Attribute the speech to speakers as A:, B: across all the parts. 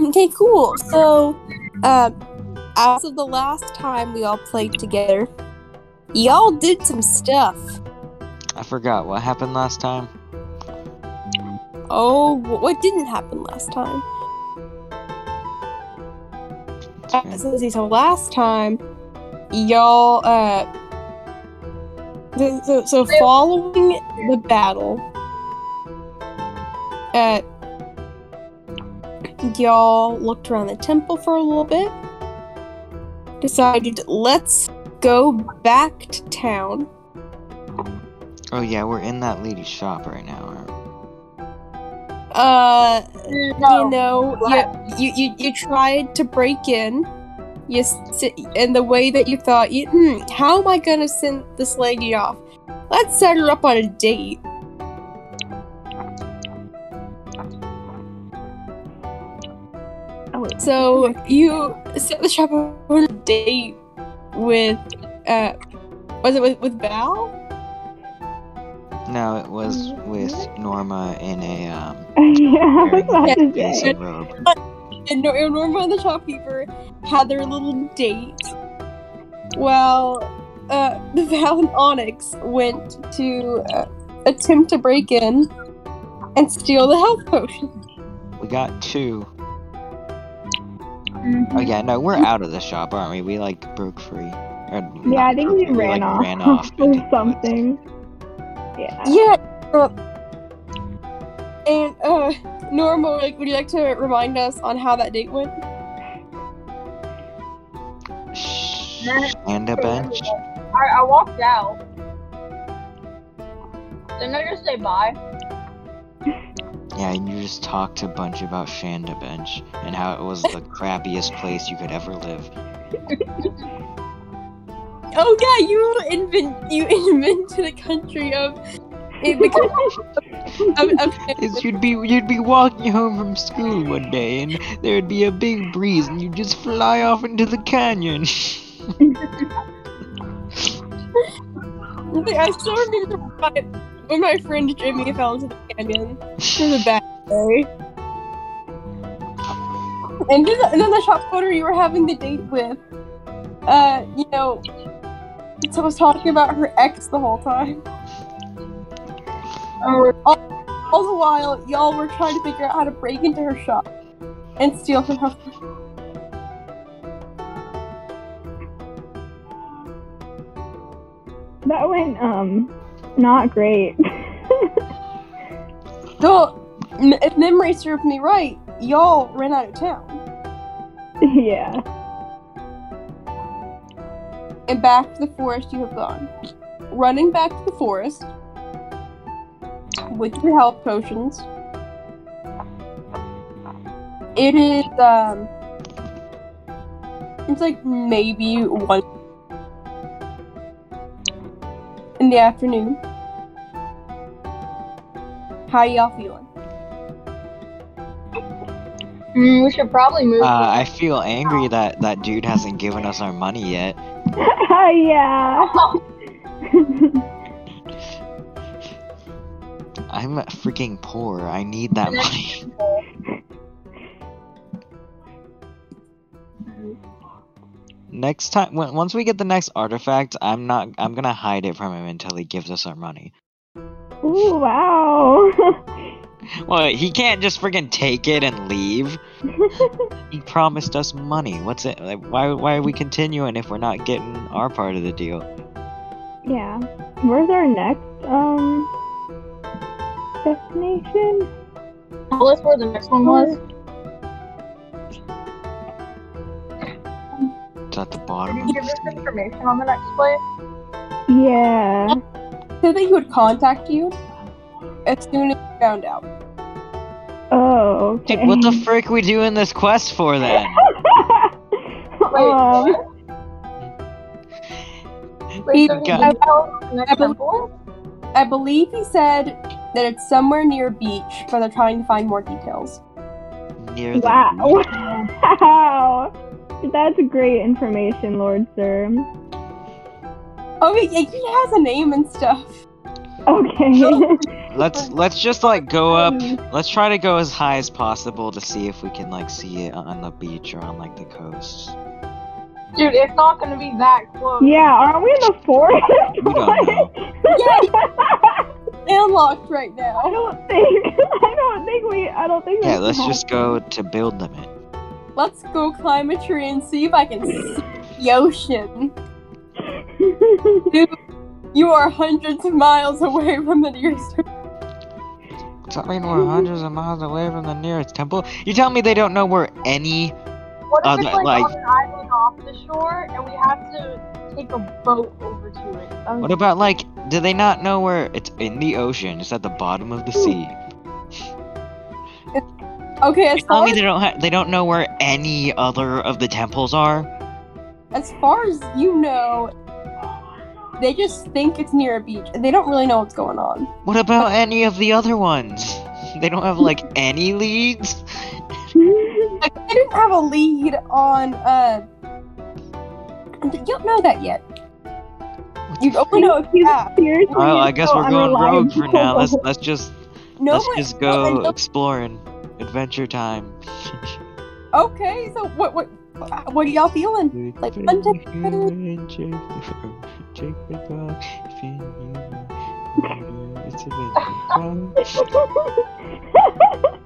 A: Okay, cool. So, uh, as of the last time we all played together, y'all did some stuff.
B: I forgot what happened last time.
A: Oh, wh- what didn't happen last time?
B: It's
A: Uh,
B: fine.
A: so, let's see, so last time, y'all, uh, so, so, so following the battle, uh, y'all looked around the temple for a little bit, decided, let's go back to town.
B: Oh yeah, we're in that lady's shop right now. aren't we?
A: Uh, you
C: No.
A: know,
C: What?
A: you, you, you, you tried to break in. You s- and the way that you thought, you, hmm, how am I gonna send this lady off? Let's set her up on a date.
C: Oh,
A: So you set the shop up on a date with, uh, was it with, with Val?
B: No, it was
C: Mm-hmm.
B: with Norma in a um
C: yeah,
B: wearing
C: about to
B: a
C: say.
B: basic robe.
A: And Nor- and Norma and the shopkeeper had their little date. Well, uh, Val and Onyx went to uh, attempt to break in and steal the health potion.
B: We got two.
C: Mhm.
B: Oh
D: Mm-hmm.
B: yeah, no, we're out of the shop, aren't we? We like broke free. Or,
C: Yeah,
B: not
C: I think
B: broke
C: we
B: free,
C: ran
B: like,
C: off,
B: Ran off into
C: or
B: the woods.
C: something. Yeah.
A: Yeah. uh, and uh, Norma, like, would you like to remind us on how that date went?
B: Shh. And a bench.
D: I, I walked out. Didn't I just say bye?
B: Yeah, and you just talked a bunch about Shanda Bench and how it was the crappiest place you could ever live.
A: Oh yeah, you invent you invented a country of it because of, of
B: Is you'd be you'd be walking home from school one day and there'd be a big breeze and you'd just fly off into the canyon.
A: Like, I still remember my, when my friend Jimmy fell into the canyon. It was a bad day. And then, the, and then the shop owner you were having the date with, uh, you know, so was talking about her ex the whole time. Or all, all the while, y'all were trying to figure out how to break into her shop and steal from her.
C: That went um not great.
A: Though, m- if memory serves me right, y'all ran out of town
C: yeah.
A: and back to the forest you have gone. running back to the forest with your health potions. It is um it's like maybe one in the afternoon. How y'all feeling?
D: Mm, we should probably move.
B: Uh, I feel angry that that dude hasn't given us our money yet.
C: yeah.
B: I'm freaking poor. I need that money. Next time, when, once we get the next artifact, I'm not. I'm gonna hide it from him until he gives us our money.
C: Ooh, wow.
B: Well, he can't just freaking take it and leave. he promised us money. What's it? Like, why? Why are we continuing if we're not getting our part of the deal?
C: yeah. Where's our next um destination?
D: Tell us where the next one was.
B: It's at the
D: Did
B: bottom
D: you
B: of
D: give
B: the
D: us
B: sea.
D: information on the next place?
C: Yeah.
A: Said that he would contact you as soon as he found out.
C: Oh, okay.
B: Dude, what the frick we doing this quest for then?
C: Oh.
D: Wait, so
B: We've
D: we
B: got-
D: can tell the next
A: I believe-
D: temple?
A: I believe he said that it's somewhere near a beach, but they're trying to find more details.
B: Near the
C: Wow. Wow. That's great information, Lord Sir.
A: Oh, he, he has a name and stuff.
C: Okay.
B: let's let's just like go up.
A: Hmm.
B: Let's try to go as high as possible to see if we can like see it on the beach or on like the coast.
D: Dude, it's not gonna be that close.
C: Yeah, aren't we in the forest?
B: We don't know.
A: Landlocked right
C: I
A: now.
C: don't think. I don't think we. I don't think.
B: Yeah,
C: we
B: let's
C: have-
B: just go to build limit.
A: Let's go climb a tree and see if I can see the ocean. You are hundreds of miles away from the nearest.
B: Does that mean we're hundreds of miles away from the nearest temple? You tell me they don't know we're any.
D: What if
B: Uh,
D: it's
B: that,
D: like,
B: like-
D: on an island off the shore and we have to take a boat over to it?
A: Oh,
D: Um,
B: What about like? Do they not know where it's in the ocean? It's at the bottom of the
A: Hmm.
B: sea.
A: Oh, Okay, as
B: Tell
A: far
B: me they
A: as,
B: don't ha- they don't know where any other of the temples are.
A: as far as you know, they just think it's near a beach. They don't really know what's going on.
B: What about
A: Oh.
B: any of the other ones? They don't have like any leads.
A: Like, they didn't have a lead on. uh... You don't know that yet. You only know if you ask.
C: Seriously,
B: Well, Oh, I
C: it's
B: guess
C: so
B: we're going rogue for now. Let's
C: unreliable.
B: let's just
A: No
B: let's
A: one-
B: just
A: no one
B: go
A: knows-
B: exploring. Adventure time.
A: Okay, so what what what are y'all feeling? Like, one day-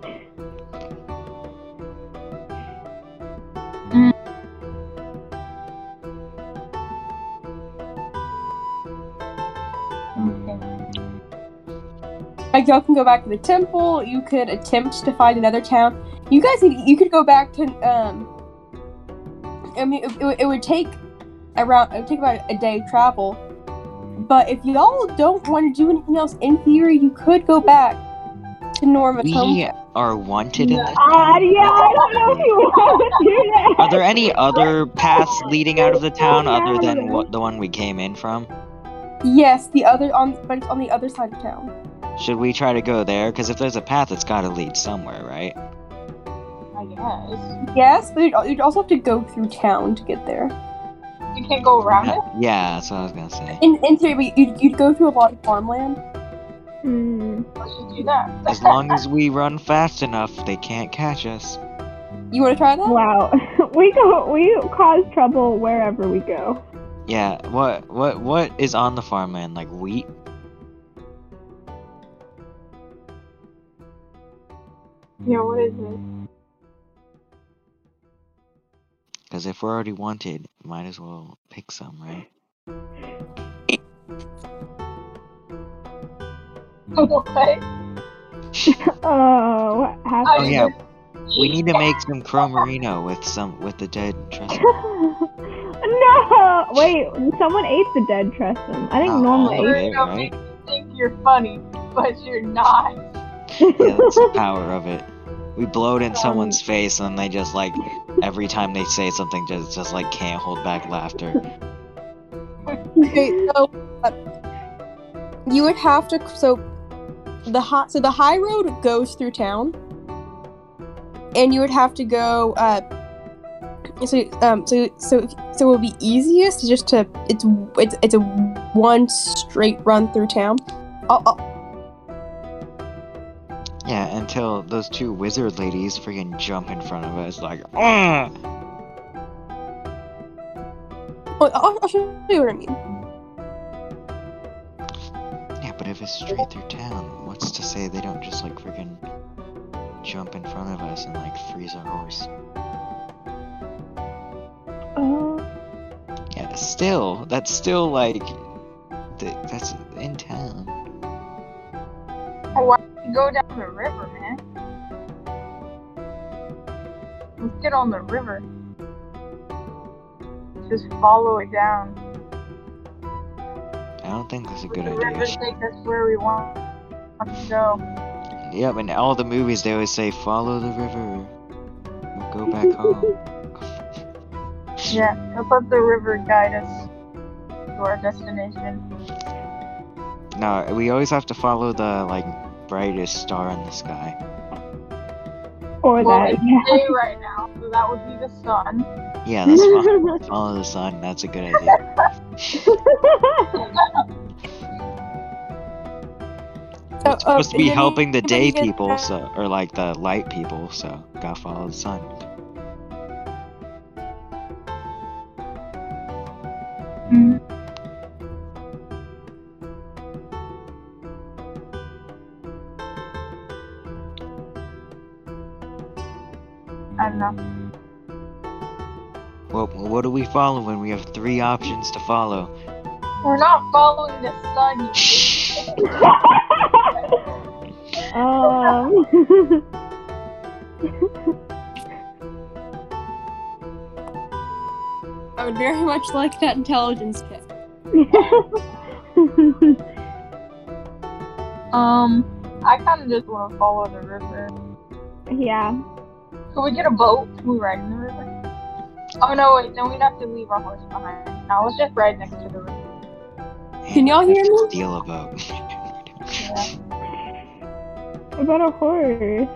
A: Like y'all can go back to the temple. You could attempt to find another town. You guys, could, you could go back to. Um, I mean, it, it would- it would take around. It would take about a day of travel. But if y'all don't want to do anything else, in theory, you could go back to Norma's home.
B: We are wanted in this.
C: Uh, yeah, I don't know if you want to do that.
B: Are there any other paths leading out of the town other than what the one we came in from?
A: Yes, the other on, but it's on the other side of town.
B: Should we try to go there? Because if there's a path, it's got to lead somewhere, right?
D: I guess.
A: Yes, but you'd, al- you'd also have to go through town to get there.
D: You can't go around it?
B: Yeah, yeah, that's what I was gonna say.
A: In in theory, but you'd, you'd go through a lot of farmland.
C: Hmm.
D: Let's just do that.
B: As long as we run fast enough, they can't catch us.
A: You want to try that?
C: Wow, we go. We cause trouble wherever we go.
B: Yeah. What? What? What is on the farmland? Like wheat?
D: yeah, what is it?
B: Because if we're already wanted, might as well pick some, right?
D: what?
C: Oh, what happened?
B: Oh yeah. We need to make some crow merino with some with the dead trestle.
C: no! Wait, someone ate the dead Tresson. I think
B: Oh.
C: Norma
B: Oh,
C: ate
B: yeah,
D: Don't
B: right.
D: make me think you're funny, but you're not.
B: Yeah, that's the power of it. We blow it in someone's face, and they just like every time they say something, just just like can't hold back laughter.
A: Okay, so uh, you would have to so the high so the high road goes through town, and you would have to go. Uh, so um so so so it would be easiest just to it's it's it's a one straight run through town. Oh, oh,
B: Yeah, until those two wizard ladies freaking jump in front of us, like, "Ah!"
A: oh, I'll, I'll show you what I mean.
B: yeah. But if it's straight through town, what's to say they don't just like freaking jump in front of us and like freeze our horse?
C: Oh,
B: Yeah, still, that's still like, th- that's in town.
D: Go down the river, man. Let's get on the river. Just follow it down.
B: I don't think that's a good
D: the river
B: idea.
D: takes us where we want to go.
B: Yep, in all the movies they always say, follow the river. We'll go back home.
D: Yeah, let's let the river guide us to our destination.
B: No, we always have to follow the, like, brightest star in the sky.
C: or
D: well,
C: that.
D: it's day right now, so that would be the sun.
B: Yeah, that's fine. follow the sun, that's a good idea.
A: Oh,
B: It's supposed
A: oh,
B: to be
A: and then
B: helping the
A: and then
B: day
A: you get
B: people,
A: that-
B: so or like the light people, so gotta follow the sun.
D: Mm-hmm. I don't know.
B: What what do we follow when we have three options to follow?
D: We're not following the sun. you-
B: Shh.
C: um,
A: I would very much like that intelligence kit.
D: Um, I kind of just want to follow the river.
C: Um, yeah.
D: Can we get a boat? Can we ride in the river? Oh no, wait, then we'd have to leave our horse behind. No, let's just ride next to the river.
A: Can y'all
B: Man, I
A: hear
B: have to
A: me?
B: Steal a boat.
D: Yeah,
C: What about a horse?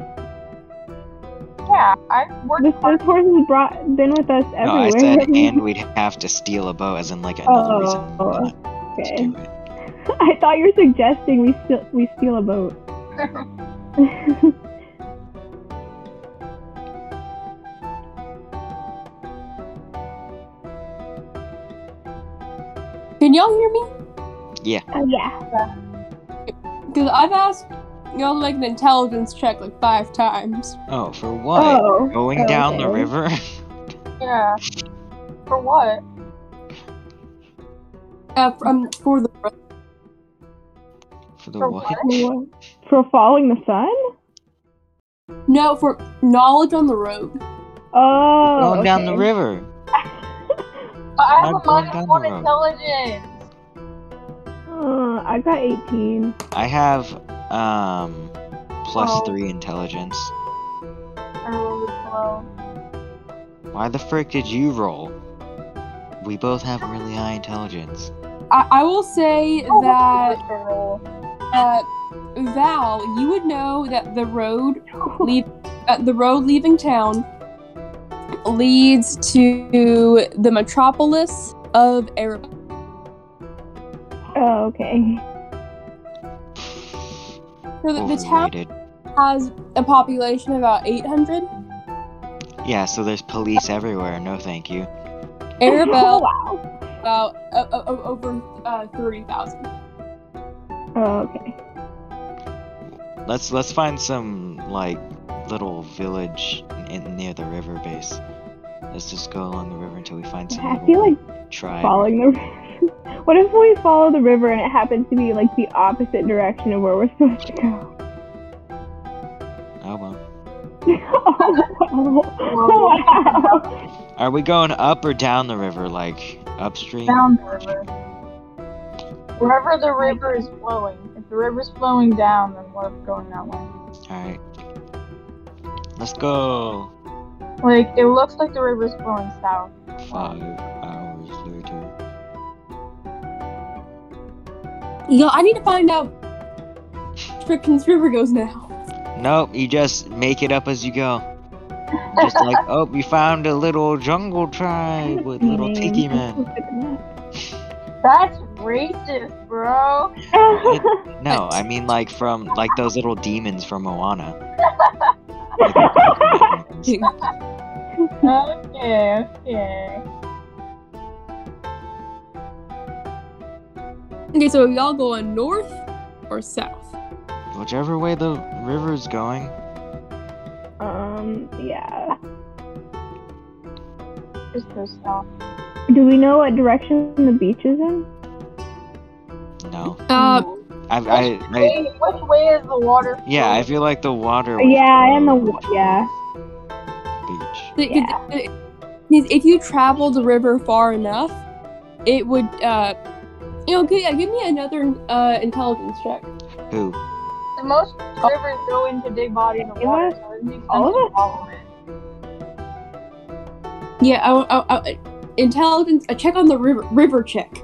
D: yeah I worked
C: This,
D: hard.
C: this horse has brought been with us everywhere.
B: No, Oh, I said, and we'd have to steal a boat, as in like another
C: Oh,
B: reason not to
C: okay.
B: do it.
C: I thought you were suggesting we steal we steal a boat. Uh,
A: Can y'all hear me?
C: Oh yeah.
A: Because I've asked y'all to make an intelligence check like five times.
B: Oh, for what?
C: Oh.
B: Going down the
C: okay.
B: river?
D: Yeah. For what?
A: Uh, from for the
B: for the
D: For
B: what?
D: what?
C: For- Oh. For following the sun?
A: no for knowledge on the road.
C: Oh.
B: Going down the
C: okay.
B: river.
D: But I have
B: I'm going
D: a
B: down
D: minus
B: the
D: one
B: road.
D: intelligence.
C: Uh, I got 18.
B: I have um plus
D: Oh.
B: three intelligence.
D: I rolled a 12.
B: Why the frick did you roll? We both have really high intelligence.
A: I, I will say
D: Oh,
A: that
D: that's a good roll.
A: uh, Val, you would know that the road leave uh, the road leaving town leads to the metropolis of Erebus.
C: Oh, okay.
A: So
B: Oh,
A: the, the town
B: Overrated.
A: has a population of about 800.
B: Yeah, so there's police everywhere. No, thank you.
A: Arabelle
C: Oh, wow.
A: about uh, uh, uh, over uh, 30,000.
C: Oh, okay.
B: Let's let's find some like little village in, near the river base. Let's just go along the river until we find some.
C: I
B: little
C: feel like
B: tribe.
C: following the river. what if we follow the river and it happens to be like the opposite direction of where we're supposed to go?
B: Oh well.
C: oh, wow. wow.
B: Are we going up or down the river? Like upstream?
D: Down the river. Wherever the river is flowing. If the river's flowing down, then we're going that way.
B: All right. Let's go.
D: Like, it looks like the river's flowing south.
B: Five hours later.
A: Yo, I need to find out Stricton's River goes now.
B: Nope. You just make it up as you go. Just like, oh, we found a little jungle tribe with little tiki men.
D: That's racist, bro.
B: No, I mean like from like those little demons from Moana.
D: Okay, okay.
A: Okay, so y'all going north or south?
B: Whichever way the river's going.
C: um, yeah.
D: Just uh, go south.
C: Do we know what direction the beach is in?
B: No.
A: Uh,
B: I, I, I,
D: Wait, which way is the water?
B: yeah, I
D: flowing?
B: feel like the water. would
C: Yeah, and the
B: flow
C: wa- yeah.
B: Beach.
A: the- the-
C: Yeah.
A: the- if if you travel the river far enough, it would, uh, you know, give, yeah, give me another uh, intelligence check.
B: Who?
D: The most rivers go into big bodies of
C: Yeah.
D: water, so it makes sense
C: All of
D: to
C: it?
D: follow it.
A: Yeah, I, I, I, intelligence, a check on the river, river check.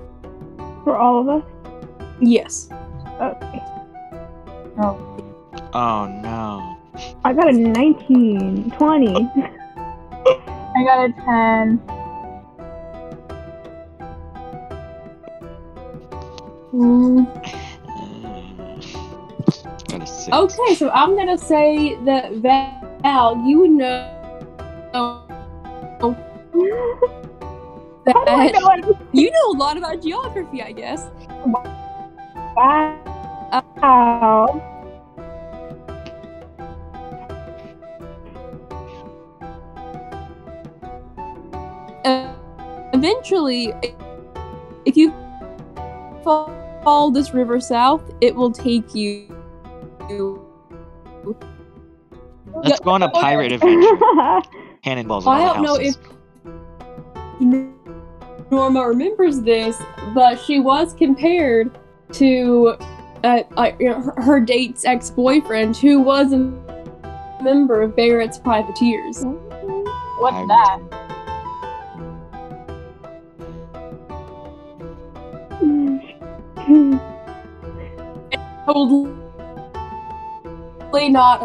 C: For all of us?
A: Yes.
C: Okay.
B: Oh no.
C: I got a 19, 20.
D: I got a 10.
A: Mm,
B: Uh, six.
A: Okay, so I'm gonna say that Val, you know
C: How do I
A: that
C: know it?
A: you know a lot about geography, I guess. Eh.
C: Wow.
A: Uh, eventually, if you fo- follow this river south, it will take you.
B: Let's go on a
A: okay.
B: pirate adventure. Cannonballs in
A: oh, I
B: all the
A: don't know
B: houses.
A: Norma remembers this, but she was compared to uh, uh, you know, her, her date's ex boyfriend, who was a member of Barrett's privateers.
D: What's
B: I-
D: that?
A: Totally not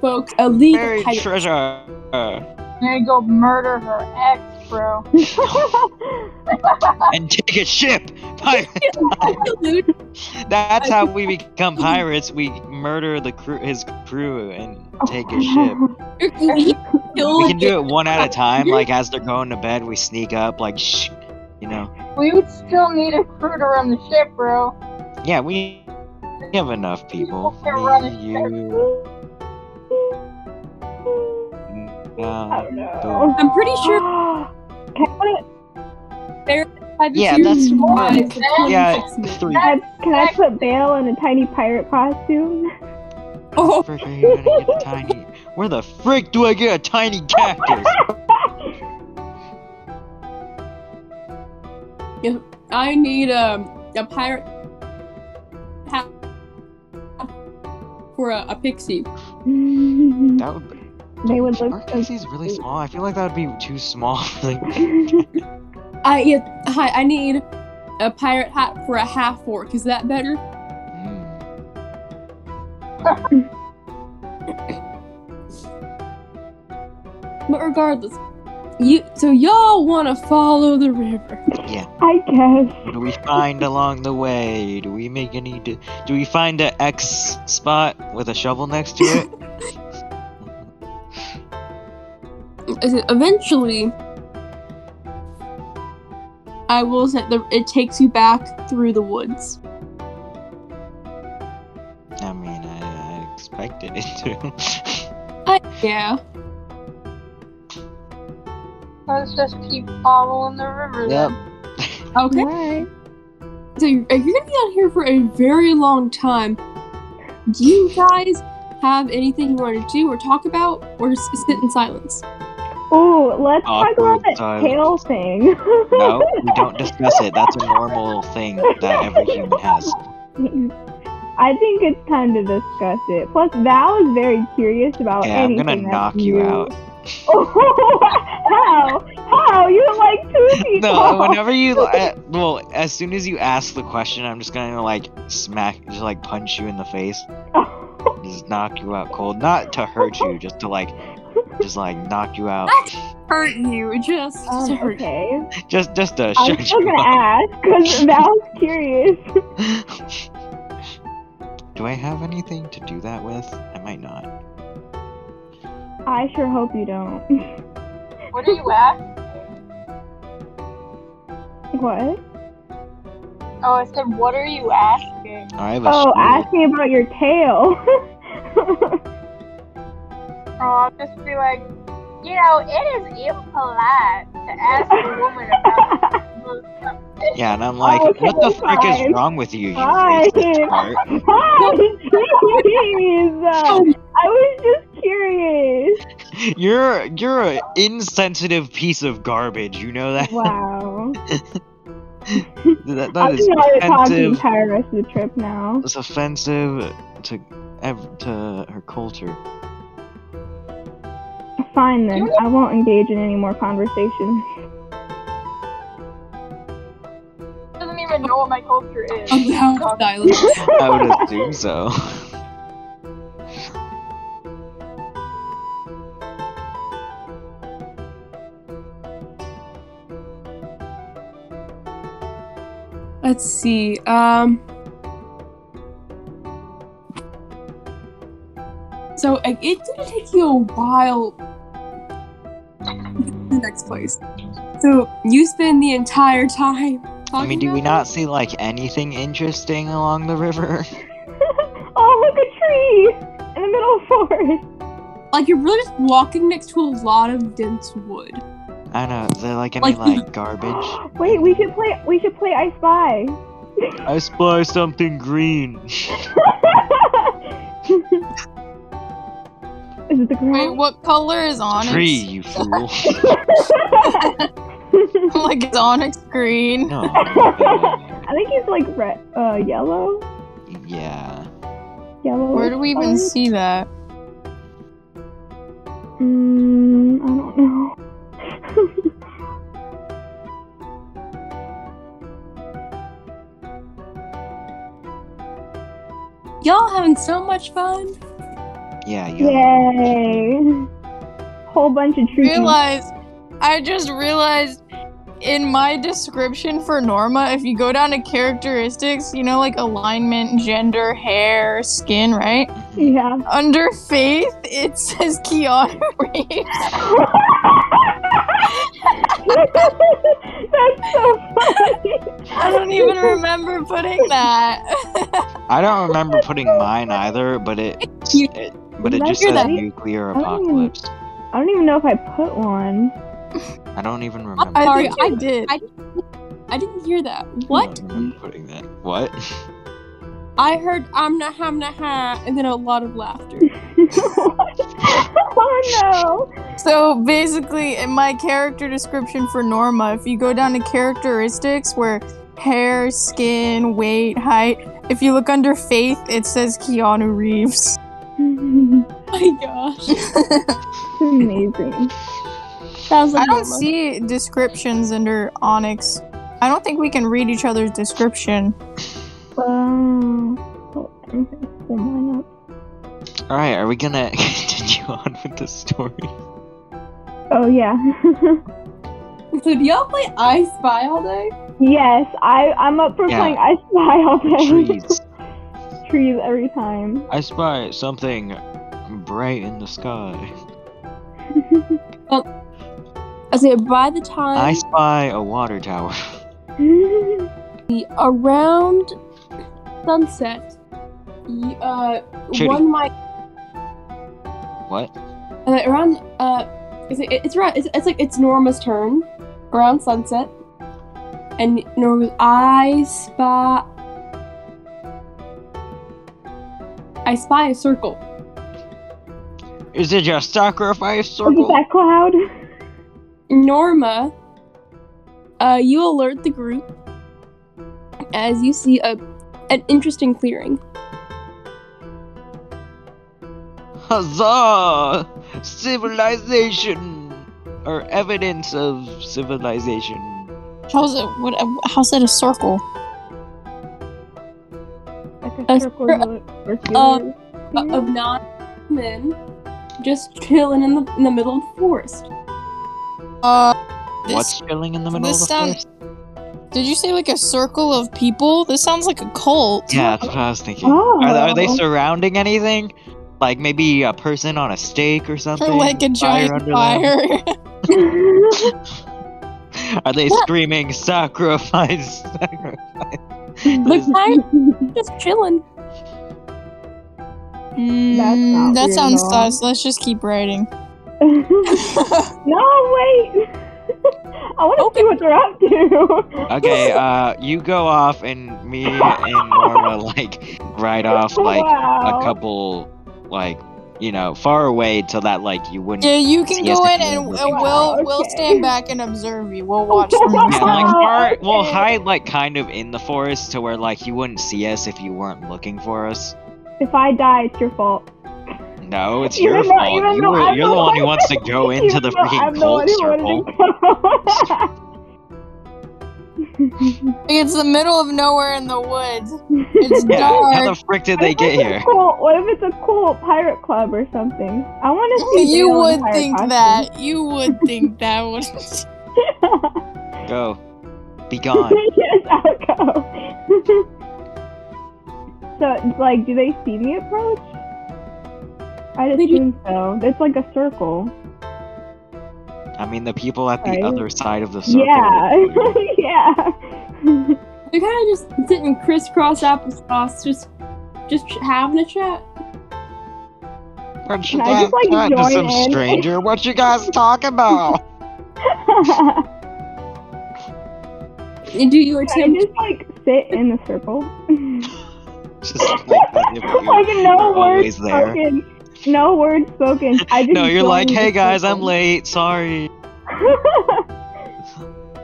A: folks a league of
B: Buried
A: pirates.
B: treasure. Uh,
D: I'm gonna go murder her ex, bro.
B: and take a ship. Pirate. That's how we become pirates. We murder the crew, his crew, and take a ship.
A: You're completely
B: We
A: killed.
B: can do it one at a time. Like as they're going to bed, we sneak up. Like shh, you know.
D: We would still need a crew to run the ship, bro.
B: Yeah, we we have enough people.
D: We're running
B: Me, you,
C: I
B: uh,
C: don't know.
B: Boom.
A: I'm pretty sure
C: Can I,
A: privateers
B: Yeah, that's
A: wise
D: smart.
A: of 26
B: Yeah,
A: men.
B: three.
C: can I- can I put Bale in a tiny pirate costume?
A: Oh,
B: Frick, are you gonna get a tiny? Where the frick do I get a tiny cactus?
A: I need um, a pirate hat for a, a pixie.
B: That would. Be...
C: they would look
B: Aren't
C: so
B: pixies really small? I feel like that would be too small. like,
A: I yeah, hi, I need a pirate hat for a half orc. Is that better?
B: mm.
A: But regardless, you so y'all want to follow the river.
C: I guess.
B: What do we find along the way? Do we make any? Do, do we find a X spot with a shovel next to it?
A: Is it- Eventually, I will say the, it takes you back through the woods.
B: I mean, I, I expected it to.
A: Yeah.
D: Let's just keep following the river.
B: yep.
D: then.
A: Okay.
C: Alright.
A: So you're, you're gonna be out here for a very long time. Do you guys have anything you want to do or talk about, or just sit in silence?
C: Ooh, let's talk about
B: Awkward
C: that
B: silence.
C: tail thing.
B: No, we don't discuss it. That's a normal thing that every human has.
C: I think it's time to discuss it. Plus, Val is very curious about
B: Yeah, I'm gonna
C: anything. that's
B: knock you
C: new.
B: out.
C: how? How? You look like two people.
B: No, whenever you uh, well, as soon as you ask the question, I'm just gonna like smack, just like punch you in the face,
C: Um,
B: just knock you out cold. Not to hurt you, just to like, just like knock you out.
A: Hurt you, just
C: Um,
A: to hurt you.
C: okay.
B: Just, just to
C: I'm
B: shut
C: still
B: you
C: gonna
B: up.
C: ask because Val's curious.
B: Do I have anything to do that with? I might not.
C: I sure hope you don't.
D: What are you at?
C: What?
D: Oh, I said, what are you asking?
B: I have a
C: Oh,
B: shield.
C: ask me about your tail.
D: Oh, I'll just be like, you know, it is impolite to ask a woman about
B: Yeah, and I'm like,
C: okay,
B: what the frick
C: fine.
B: is wrong with you? you
C: Fine.
B: racist tart?"
C: Hi, jeez. I was just curious.
B: You're you're an insensitive piece of garbage. You know that.
C: Wow.
B: that, that
C: I'm
B: is
C: gonna talk the
B: offensive.
C: entire rest of the trip now.
B: It's offensive to ev- to her culture.
C: Fine then. I won't engage in any more conversations.
D: She doesn't even know what my culture is.
A: About silence.
B: I would assume so.
A: Let's see. Um, it- it's gonna take you a while. The next place. So you spend the entire time.
B: I
A: talking
B: mean, do we
A: about
B: not see like anything interesting along the river?
C: oh, look, a tree in the middle of forest.
A: it? Like you're really just walking next to a lot of dense wood.
B: I don't know. Is there like any
A: Like-
B: like garbage?
C: Wait, we should play. We should play I Spy.
B: I spy something green.
C: Is it the
D: Wait,
A: Mm-hmm.
C: ground?
D: what color is onyx?
B: Tree, you fool.
D: I'm like, is onyx green?
B: no. no.
C: I think it's like red, uh, yellow,
B: Yeah.
C: yellow.
D: Where do we even
C: orange?
D: see that?
C: Mm, I don't know.
A: Y'all having so much fun.
B: Yeah. You have-
C: Yay! Whole bunch of trees.
D: Realize, I just realized in my description for Norma, if you go down to characteristics, you know, like alignment, gender, hair, skin, right?
B: Mhm.
C: Yeah.
D: Under faith, it says Keanu Reeves.
C: That's so funny.
D: I don't even remember putting that.
B: I don't remember putting mine either, but it,
A: You-
B: it but it just
A: Remember that-
B: says
A: Oh.
B: nuclear
C: don't even-
B: apocalypse.
C: I don't even know if I put one.
B: I don't even remember.
D: I
A: Sorry,
D: think I did.
A: I- I didn't hear that.
B: I
A: What?
B: don't remember putting that. What?
A: I heard I'm not ham nah ha and then a lot of laughter.
C: oh no!
D: So basically, in my character description for Norma, if you go down to characteristics where hair, skin, weight, height, if you look under faith, it says Keanu Reeves.
A: My gosh.
C: It's amazing.
A: That was like
D: I don't
A: Norma.
D: see descriptions under Onyx. I don't think we can read each other's description.
C: Wow. Oh, I'm gonna pull mine up.
B: All right. Are we gonna continue on with the story?
C: Oh yeah.
A: So do y'all play I Spy all day?
C: yes, I I'm up for
B: Yeah.
C: playing I Spy all day.
B: Trees.
C: Trees every time.
B: I spy something bright in the sky.
A: I say by the time
B: I spy a water tower.
A: the- around sunset, y- uh,
B: Judy.
A: one might
B: What?
A: uh, around uh, is it, it's around it's, it's like it's Norma's turn around sunset, and Norma's I spy. I spy a circle.
B: Is it your sacrifice
C: Look at
B: circle?
C: that cloud.
A: Norma, uh, you alert the group as you see a an interesting clearing.
B: Huzzah! Civilization! Or evidence of civilization.
D: How's it? What? How's it a circle?
C: Like
A: A
C: a Uh, circle
A: cir-
C: of circular
A: um,
C: thing.
A: of non-men just chilling in the in the middle of the forest.
D: Uh,
B: What's chilling in the middle of
D: this
B: the
D: sound-
B: forest?
D: did you say like a circle of people? This sounds like a cult.
B: Yeah, that's what I was thinking.
C: Oh.
B: Are, are they surrounding anything? Like maybe a person on a stake or something?
D: Or like a giant
B: under them?
D: fire.
B: Are they
A: Yeah.
B: screaming sacrifice? sacrifice?
A: Looks like just chilling.
D: Mm,
C: not
D: that
C: weird at
D: sounds
C: all.
D: sus. Let's just keep writing.
C: no, wait. I want to
A: Open-
C: see what they're up to.
B: Okay, uh, you go off and me and Norma like ride off like
C: wow.
B: a couple like you know far away till that like you wouldn't
D: Yeah, you can
B: Yes,
D: go
B: I
D: in
B: can.
D: and, and
B: Wow,
D: we'll we'll
C: okay.
D: stand back and observe you. We'll watch from the
B: Yeah, like
D: side.
C: Oh,
B: far, we'll
C: okay.
B: hide like kind of in the forest to where like you wouldn't see us if you weren't looking for us.
C: If I die, it's your fault.
B: No, it's
C: Even
B: your
C: though-
B: fault.
C: even
B: You
C: though
B: were,
C: I'm
B: you're
C: the
B: the one who
C: one-
B: wants to go into
C: Even
B: the
C: though I'm
B: freaking
C: the one
B: cult
C: who
B: circle.
C: wanted to go.
D: It's the middle of nowhere in the woods. It's
B: Yeah, how
D: dark.
B: the frick did
C: What
B: they
C: if
B: get
C: it's a
B: here?
C: Cool, what if it's a cool pirate club or something? I want to see. if
D: You
C: they own
D: would
C: pirate
D: think
C: costumes.
D: that. You would think that would.
B: Go, be gone.
C: yes, I'll go. so, like, do they see the approach? I just
A: Maybe-
C: assume so. It's like a circle.
B: I mean, the people at the
C: Right.
B: other side of the circle.
C: Yeah.
B: would know.
C: yeah.
A: They're kind of just sitting crisscross applesauce, just just ch- having a chat.
B: What you
C: Can I
B: guys
C: just, like,
B: talking to
C: join
B: some
C: in?
B: stranger? What you guys talking about?
A: And do you
C: Can I
A: attempt?
C: just like sit in the circle?
B: Just like as if you
C: like no
B: were
C: words
B: always there.
C: spoken. No words spoken. I just
B: No, you're like,
C: joined the
B: hey guys, I'm
C: circle."
B: late. Sorry.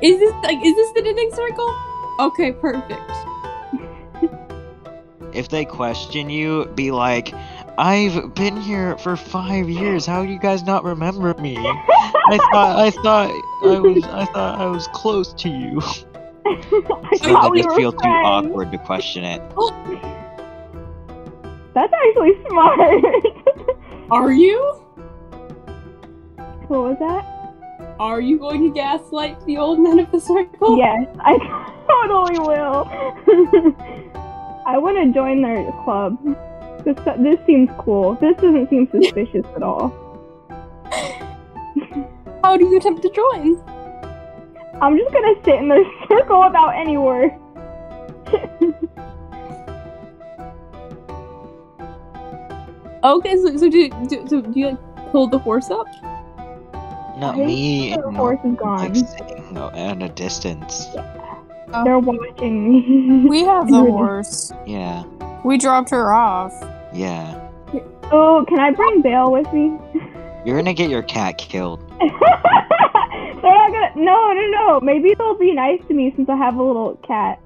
A: Is this like is this the knitting circle? Okay, perfect.
B: If they question you, be like, I've been here for five years. How do you guys not remember me? I thought, I thought, I was, I thought I was close to you.
C: I
B: So
C: thought
B: then
C: we
B: they
C: were
B: feel too
C: friends.
B: awkward to question it.
C: That's actually smart.
A: Are you?
C: what was that?
A: Are you going to gaslight the old men of the circle?
C: Yes, I totally will. I want to join their club. This this seems cool. This doesn't seem suspicious at all.
A: How do you attempt to join?
C: I'm just gonna sit in their circle without any words.
A: Okay, so so do do, so do you like pull the horse up?
B: Not
C: Right?
B: me. no,
C: The horse is
B: Like
C: gone.
B: sitting at a distance.
C: They're watching me.
D: We have the horse.
B: Yeah,
D: We dropped her off.
B: yeah.
C: oh, can I bring Bale with me?
B: You're gonna get your cat killed.
C: They're not gonna. No, no, no. Maybe they'll be nice to me since I have a little cat.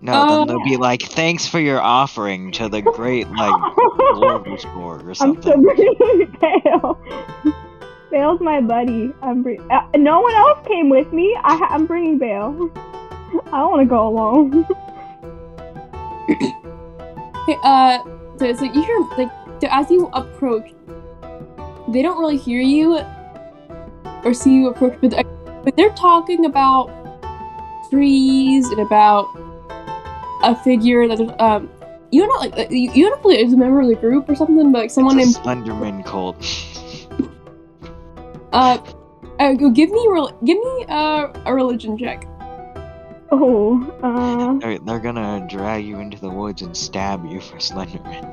B: No,
A: Oh.
B: then they'll be like, thanks for your offering to the great, like, global sport or
C: I'm so
B: something.
C: bringing Bale. Bale's my buddy. I'm bring- uh, no one else came with me. I ha- I'm bringing Bale. I don't want to go alone.
A: Okay, uh, so, so you hear like so as you approach, they don't really hear you or see you approach, but they're, but they're talking about trees and about a figure that um you don't like you, you don't believe it's a member of the group or something, but like someone named
B: It's a Slenderman cult.
A: uh, uh go give me rel- give me uh, a religion check.
C: Oh, uh,
B: They're, they're gonna drag you into the woods and stab you for Slenderman.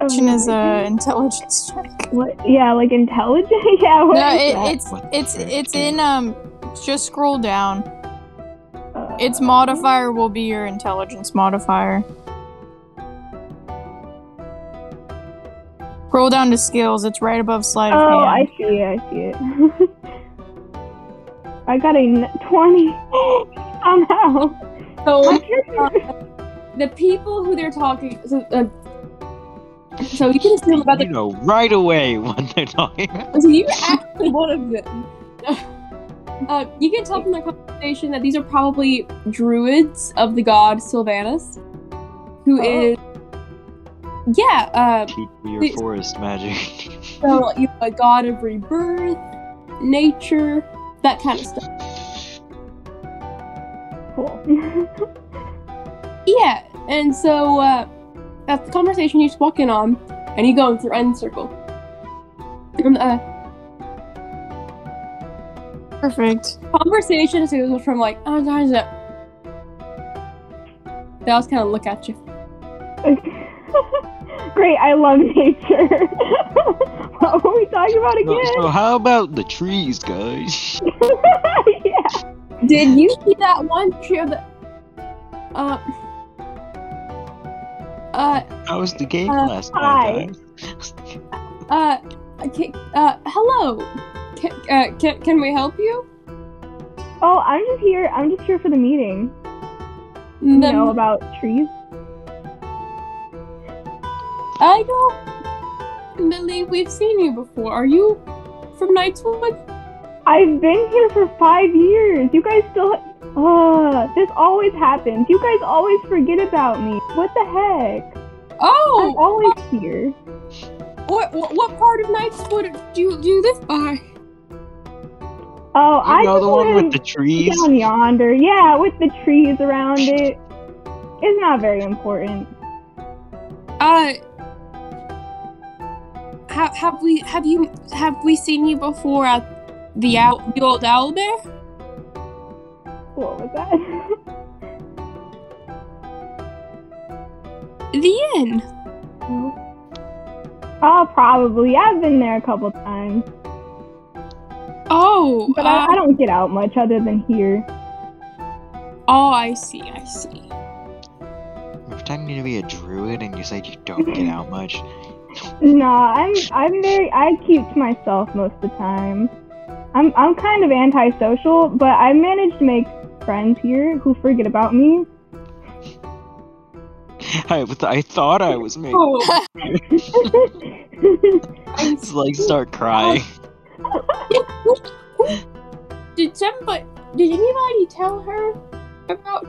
D: Action is uh, a intelligence check.
C: um, What? Yeah, like intelligent. yeah. What
D: No,
C: is
D: it,
C: that?
D: it's
B: What the
D: it's
B: frick,
D: it's
B: dude?
D: in um. Just scroll down.
C: Uh,
D: Its modifier will be your intelligence modifier. Scroll down to skills. It's right above sleight of
C: Oh, I
D: hand.
C: see it. I see it. I got a n- twenty somehow.
A: So uh,
C: My character-
A: the people who they're talking so uh, so you can assume about the
B: You know right away when they're talking.
A: So you're actually one of them. uh, you can tell from their conversation that these are probably druids of the god Sylvanus, who
C: Oh.
A: is, yeah, uh,
B: Teach me your
A: Please.
B: forest magic.
A: so you know, a god of rebirth, nature, that kind of stuff.
C: Cool.
A: Yeah, and so uh, that's the conversation you just walk in on, and you go in through end circle. And, uh,
D: Perfect.
A: conversation as it was from like, oh, that is it. They always kind of look at you.
C: Great, I love nature. what were we talking about
B: So,
C: again?
B: so how about the trees, guys?
C: yeah.
A: Did you see that one tree of the? Uh. Uh.
B: How was the game
A: Uh,
B: last night, guys?
A: Uh. Okay, uh. Hello. Can, uh, can, can we help you?
C: Oh, I'm just here. I'm just here for the meeting.
A: The,
C: You know about trees?
A: I don't believe we've seen you before. Are you from Knightswood?
C: I've been here for five years. You guys still. Ugh, this always happens. You guys always forget about me. What the heck? I'm
A: Oh,
C: always here.
A: what, what what part of Knightswood do you do you live by?
C: Oh, I
B: You know
C: just
B: the one
C: live
B: with the trees?
C: down yonder. Yeah, with the trees around it. It's not very important.
A: Uh. ha- have we have you have we seen you before at the out the old owl bear?
C: What was that?
A: The inn.
C: oh, probably. I've been there a couple times,
A: Oh,
C: but
A: uh,
C: I, I don't get out much other than here.
A: oh, I see, I see.
B: Pretending to be a druid and you said you don't get out much.
C: No, I'm I'm very I keep to myself most of the time. I'm I'm kind of antisocial, but I manage to make friends here who forget about me.
B: I, was- I thought I was making
A: Oh,
B: it's like start crying.
A: did somebody did anybody tell her about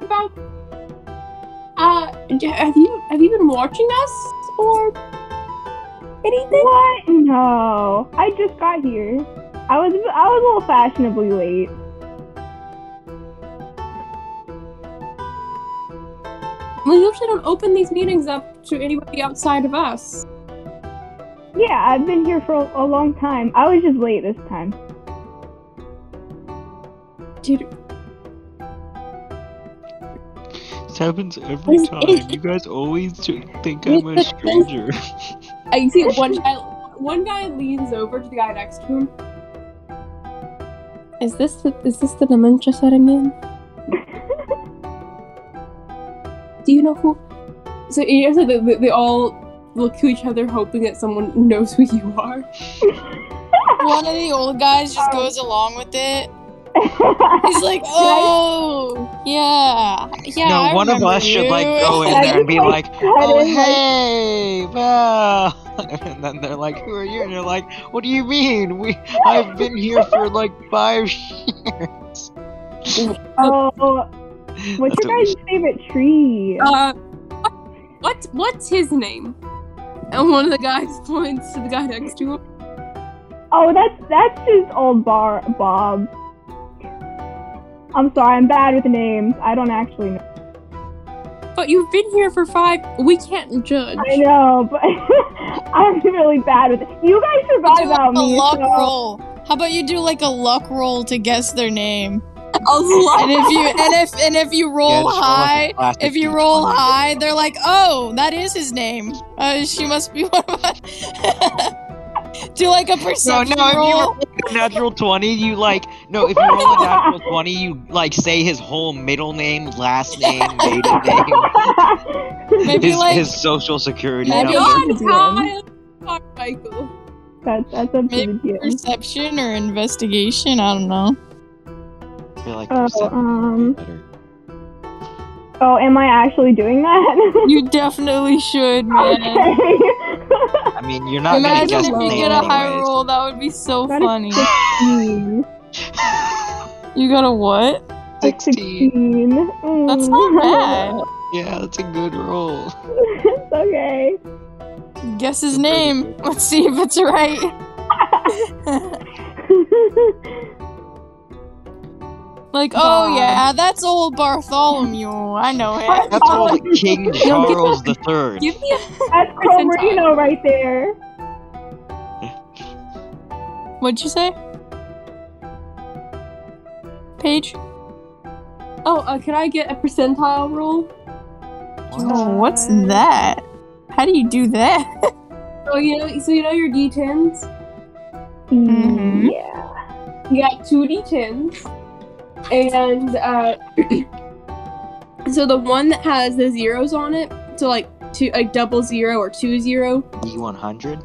A: about uh d- have you have you been watching us or anything?
C: what? No, I just got here. I was I was a little fashionably late.
A: We usually don't open these meetings up to anybody outside of us.
C: Yeah, I've been here for a, a long time. I was just late this time.
A: Did
B: This happens every time. You guys always ju- think I'm a stranger.
A: I see one guy. One guy leans over to the guy next to him. Is this the, is this the dementia setting in? Do you know who? So you know, so they, they- they all look to each other, hoping that someone knows who you are.
D: One of the old guys just goes along with it. He's like, oh, yeah, yeah.
B: no,
D: I
B: one of
D: remember
B: us should like
D: you."
B: go in
C: I
B: there and be like, "Oh
C: didn't like-
B: hey, Val," and then they're like, "Who are you?" And they're like, "What do you mean? We I've been here for like five years."
C: oh,
B: That's
C: what's
B: what
C: your
B: we
C: guys' favorite tree?
A: Uh, what what's his name? And one of the guys points to the guy next to him.
C: Oh, that's that's just old bar Bob. I'm sorry, I'm bad with names. I don't actually know.
A: But you've been here for five. We can't judge.
C: I know, but I'm really bad with You guys forgot
D: Do
C: about
D: a
C: me.
D: luck
C: so-
D: roll. How about you do like a luck roll to guess their name?
A: A lot.
D: And if you and if and if you
B: Yeah, just roll,
D: roll
B: like, a
D: high,
B: classic
D: if you roll
B: D20.
D: high, they're like, oh, that is his name. Uh, she must be one of us. do like a
B: No,
D: perception
B: no, if you
D: roll.
B: roll a natural 20, you like, no, if you roll a natural 20, you like say his whole middle name, last name, maiden name,
D: Maybe
B: his,
D: like
B: his social security
D: Maybe
B: number.
A: God,
C: Yeah.
A: Kyle. Fuck, Michael.
C: that's that's up to
D: Maybe
C: the DM.
D: perception or investigation. I don't know.
B: I feel like
C: Oh,
B: perception
C: um,
B: would be better.
C: Oh, am I actually doing that?
D: You definitely should, man.
C: okay.
B: I mean, you're not gonna
D: Imagine
B: guess
D: if
B: his
D: you
B: name
D: get a high
B: anyways.
D: roll, that would be so
C: That is-
D: funny. You got a what?
B: 16.
C: Mm.
D: That's not bad.
B: Yeah, that's a good roll.
C: bad. okay.
D: Guess his name. Let's see if it's right. like, oh
C: Wow.
D: yeah, that's old Bartholomew. I know it.
B: That's all the King Charles the Third.
A: Give me a
C: That's
A: Percentile.
C: Corino right there.
D: What'd you say? Paige?
A: oh, uh, can I get a percentile roll?
D: Oh, what's
C: Um,
D: that? How do you do that?
A: So you know, so you know your d10s.
C: E.
D: Mhm.
C: Yeah.
A: You got two d10s, and uh, so the one that has the zeros on it, so like two, like double zero or two zero,
B: D100?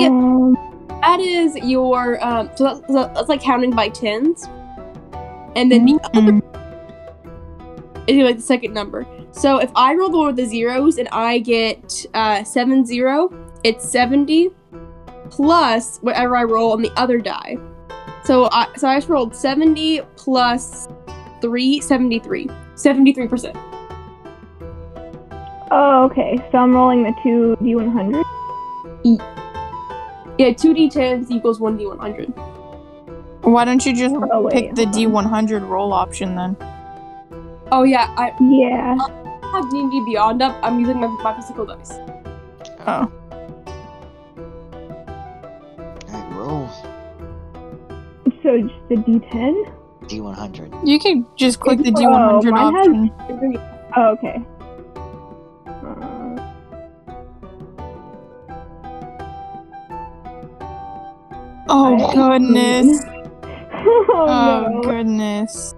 A: Yep.
C: Um,
A: that is your um. So that's, so that's like counting by tens, and then the other is like the second number. So if I roll the one with the zeros and I get uh seven zero, it's seventy plus whatever I roll on the other die. So I so I just rolled seventy plus three, 73. 73 percent.
C: Oh, okay. So I'm rolling the two D100.
A: Yeah, two D tens equals one D one hundred.
D: Why don't you just
C: Oh, wait,
D: pick the
C: hold on.
D: D100 roll option then?
A: Oh yeah, I
C: Yeah.
A: have D and D Beyond up. I'm using my, my physical dice.
D: Oh.
C: So just the D10.
B: D100.
D: You can just click the
C: Oh,
D: D100
C: mine has-
D: option.
C: Oh, okay. Uh,
D: Oh,
C: Uh, I-
D: goodness.
C: oh,
D: Oh,
C: no.
D: goodness.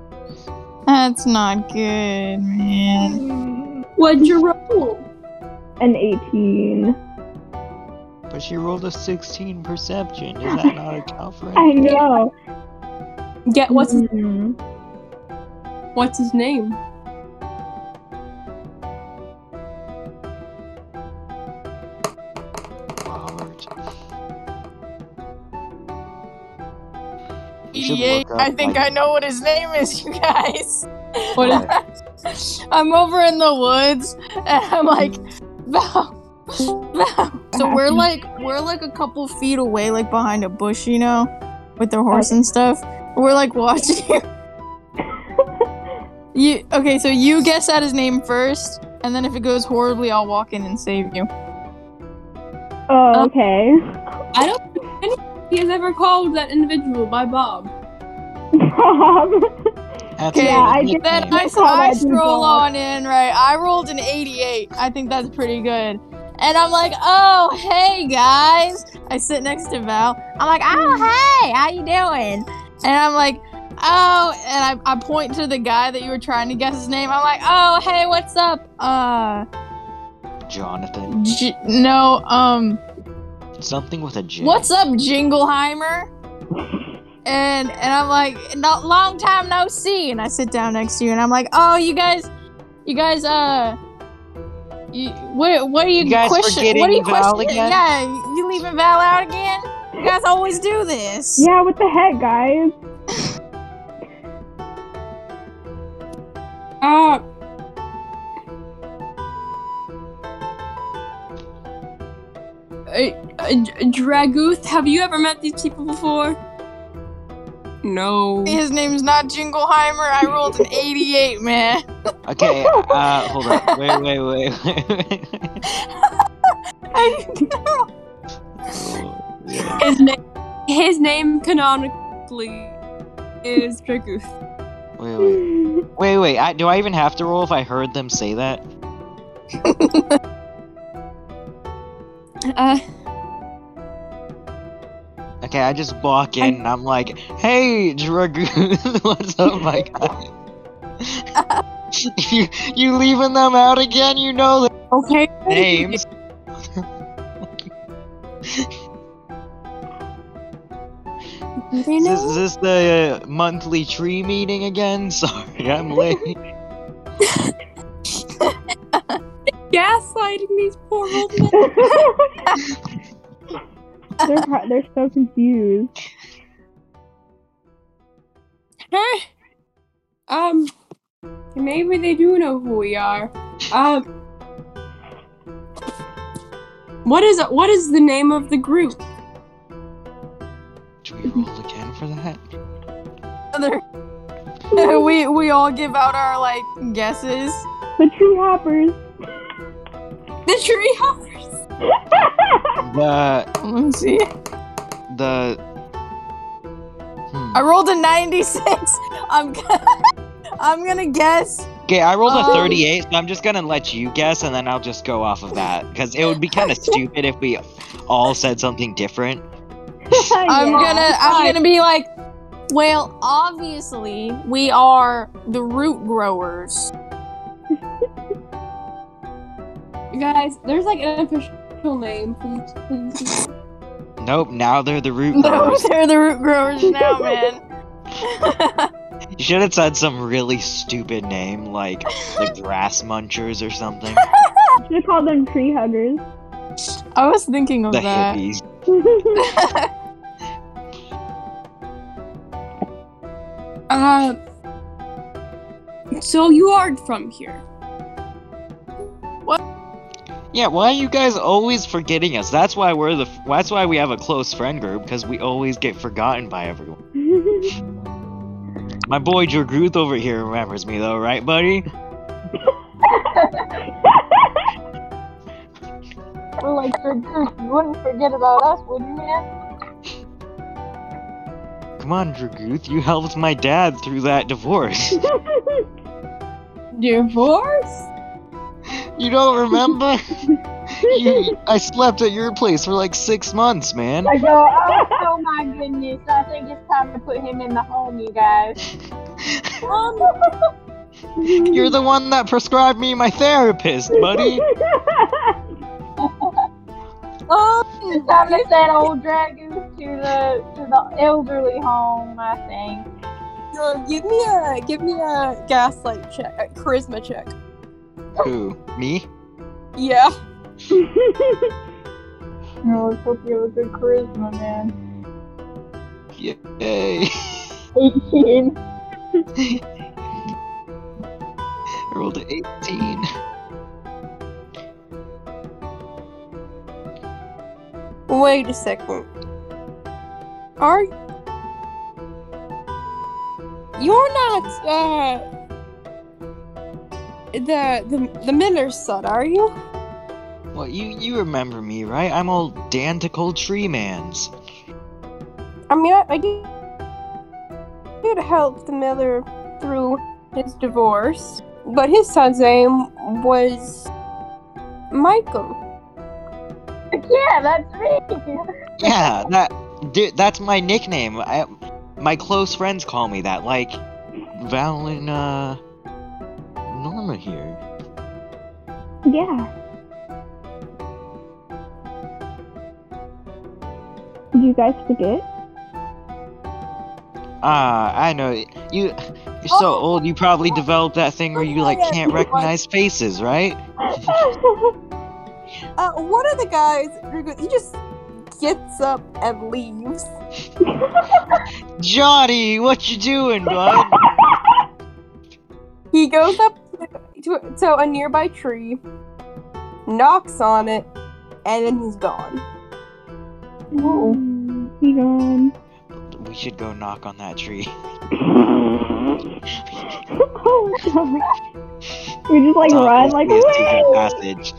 D: That's not good, man.
A: What'd you roll?
C: An 18.
B: But she rolled a 16 perception. Does that not account for
C: I
B: it?
C: know.
A: Get what's his,
C: Mm.
A: what's his name?
B: Robert. You should
D: Yay,
B: look up,
D: I think
B: like-
D: I know what his name is, you guys.
A: What is
D: I'm over in the woods and I'm like, Val, Val. So we're like, we're like a couple feet away, like behind a bush, you know, with their horse and stuff. We're like watching you. You okay? So you guess at his name first, and then if it goes horribly, I'll walk in and save you.
C: Oh,
D: Um,
C: okay.
A: I don't think any- he has ever called that individual by Bob.
C: Bob.
B: That's
D: Okay,
B: a
D: yeah,
C: I
B: nickname.
D: Then
C: Yeah.
D: I,
C: Call
D: I
C: that dude
D: stroll
C: Bob.
D: on in, right? I rolled an 88. I think that's pretty good. And I'm like, oh, hey, guys. I sit next to Val. I'm like,
C: Hmm.
D: oh, hey, how you doing? And I'm like, oh, and I, I point to the guy that you were trying to guess his name. I'm like, oh, hey, what's up? Uh,
B: Jonathan.
D: J- no, um,
B: Something with a J.
D: what's up, Jingleheimer? And and I'm like, no, long time no see. And I sit down next to you, and I'm like, oh, you guys, you guys, uh, you, what what are you,
B: You guys
D: question?
B: forgetting
D: What are you
B: Val
D: questioning?
B: again?
D: Yeah, you leaving Val out again? You guys always do this.
C: Yeah, what the heck, guys?
A: Ah, Uh, uh, D- Dragooth, have you ever met these people before? No.
D: His name's not Jingleheimer. I rolled an 88, man.
B: Okay, uh, hold on. Wait, wait, wait. wait.
D: I,
B: Oh, yeah.
A: His name, his name canonically is Dragooth.
B: Wait, wait. Wait, wait. I, do I even have to roll if I heard them say that?
A: Uh,
B: Okay, I just walk in and I'm like, "Hey, Dragoon, what's up, my guy? you you leaving them out again? You know their
A: okay.
B: names."
A: They
B: Is
A: know.
B: this, is this the uh, monthly tree meeting again? Sorry, I'm late.
A: gaslighting these poor old men.
C: they're, pro- they're so confused.
A: Huh? um, maybe they do know who we are. Um, what is what is the name of the group?
B: Should we roll again for that?
D: Other- we we all give out our like guesses.
C: The tree hoppers.
A: The Tree Hoppers.
B: The
D: Let me see.
B: the. Hmm.
D: I rolled a 96. I'm g- I'm gonna guess.
B: Okay, I rolled a
D: Um,
B: 38, so I'm just gonna let you guess, and then I'll just go off of that because it would be kind of stupid if we all said something different.
C: Yeah.
D: I'm gonna I'm gonna be like, well, obviously we are the root growers.
A: Guys, there's like an official name. Please, please.
B: Nope, now they're the root
D: No,
B: growers.
D: they're the root growers now, man.
B: You should have said some really stupid name like the grass munchers or something.
C: Should call them tree huggers.
D: I was thinking of
B: the
D: that.
B: hippies.
A: Uh, so you are from here.
B: Yeah, why are you guys always forgetting us? That's why we're the. That's why we have a close friend group because we always get forgotten by everyone. My boy Jerguth over here remembers me though, right, buddy?
E: We're like, "Good, good, you wouldn't forget about us, would you, man?
B: Come on, Draguth, you helped my dad through that divorce.
E: Divorce?
B: You don't remember? you, I slept at your place for like six months, man.
D: I go, oh, oh my goodness, I think it's time to put him in the home, you guys. Um,
B: You're the one that prescribed me my therapist, buddy.
E: Um,
D: it's time to send old dragon to the to the elderly home, I think.
E: uh, give me a give me a gaslight check, a charisma check.
B: Who? Me?
E: Yeah.
D: Oh, let's hope you have a good charisma, man.
B: Yay.
D: 18.
B: I rolled an 18.
E: Wait a second.
A: Are
E: You're not uh the the the Miller's son, are you?
B: Well, you, you remember me, right? I'm old Danticle Tree Mans.
E: I mean, I, I did, did help the miller through his divorce, but his son's name was Michael.
D: Yeah, that's me.
B: Yeah, that dude, that's my nickname. I, my close friends call me that, like Val and uh, Norma here.
C: yeah. Did you guys forget?
B: Ah, I know you. You're so old. You probably developed that thing where you like can't recognize faces, right?
E: Uh, one of the guys, he just gets up and leaves.
B: Johnny, what you doing, bud?
E: He goes up to, to, to a nearby tree, knocks on it, and then he's gone.
C: Whoa. He gone.
B: we should go knock on that tree.
C: oh, God. We just like
B: Tom
C: run like
B: is taking
C: away.
B: passage.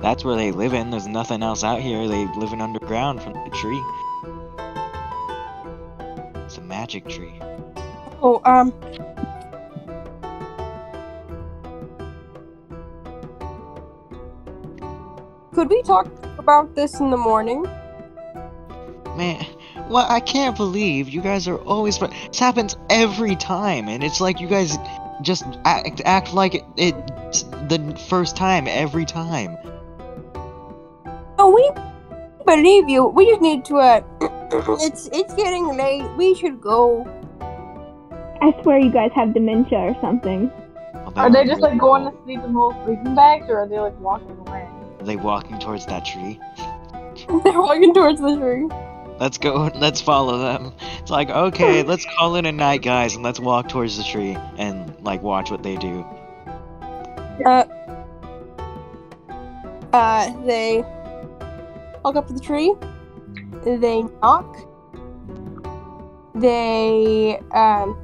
B: That's where they live in. There's nothing else out here. They live in underground from the tree. It's a magic tree.
E: Oh, um. Could we talk about this in the morning?
B: Man, well, I can't believe you guys are always. But this happens every time, and it's like you guys just act act like it, it the first time every time.
E: Oh, we believe you. We just need to. Uh, it's it's getting late. We should go.
C: I swear you guys have dementia or something.
B: Well,
D: Are they
B: weren't
D: just
B: really
D: like going
B: old.
D: to sleep in little sleeping bags, or are they like walking away?
B: Are they walking towards that tree?
E: They're walking towards the tree.
B: Let's go. Let's follow them. It's like, okay, let's call it a night, guys, and let's walk towards the tree and like watch what they do.
E: Uh, they walk up to the tree. They knock. They um.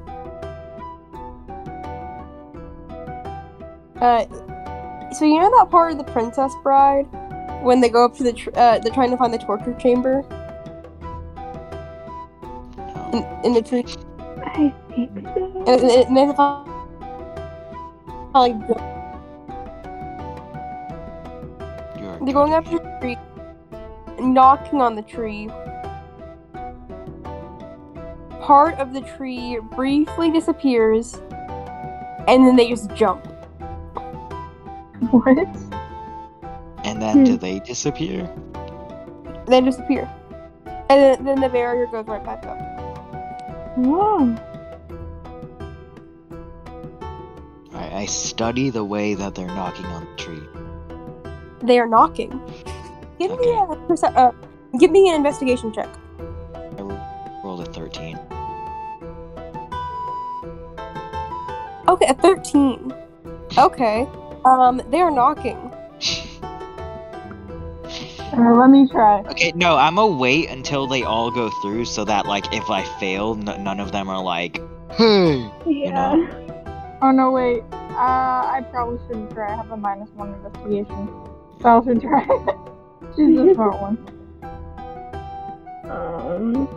E: Uh, so you know that part of the Princess Bride when they go up to the tr- uh, they're trying to find the torture chamber in, in the tree,
C: I think so.
E: and, and, and they find like
B: You're
E: They're going up to the tree, knocking on the tree. Part of the tree briefly disappears, and then they just jump.
D: What?
B: And then do
C: Hmm.
B: they disappear?
E: They disappear. And then, then the barrier goes right back up.
C: Whoa.
B: I, I study the way that they're knocking on the tree.
E: They are knocking. Give me a perce- uh, give me an investigation check.
B: I ro- rolled a thirteen.
E: Okay, a thirteen. Okay. Um, they are knocking.
D: Uh, let me try.
B: Okay, no, I'm gonna wait until they all go through so that like if I fail, n- none of them are like, hmm, hey.
C: Yeah.
D: Oh no, wait. Uh, I probably shouldn't try. I have a minus one investigation, so I should try. She's the smart one.
C: Um,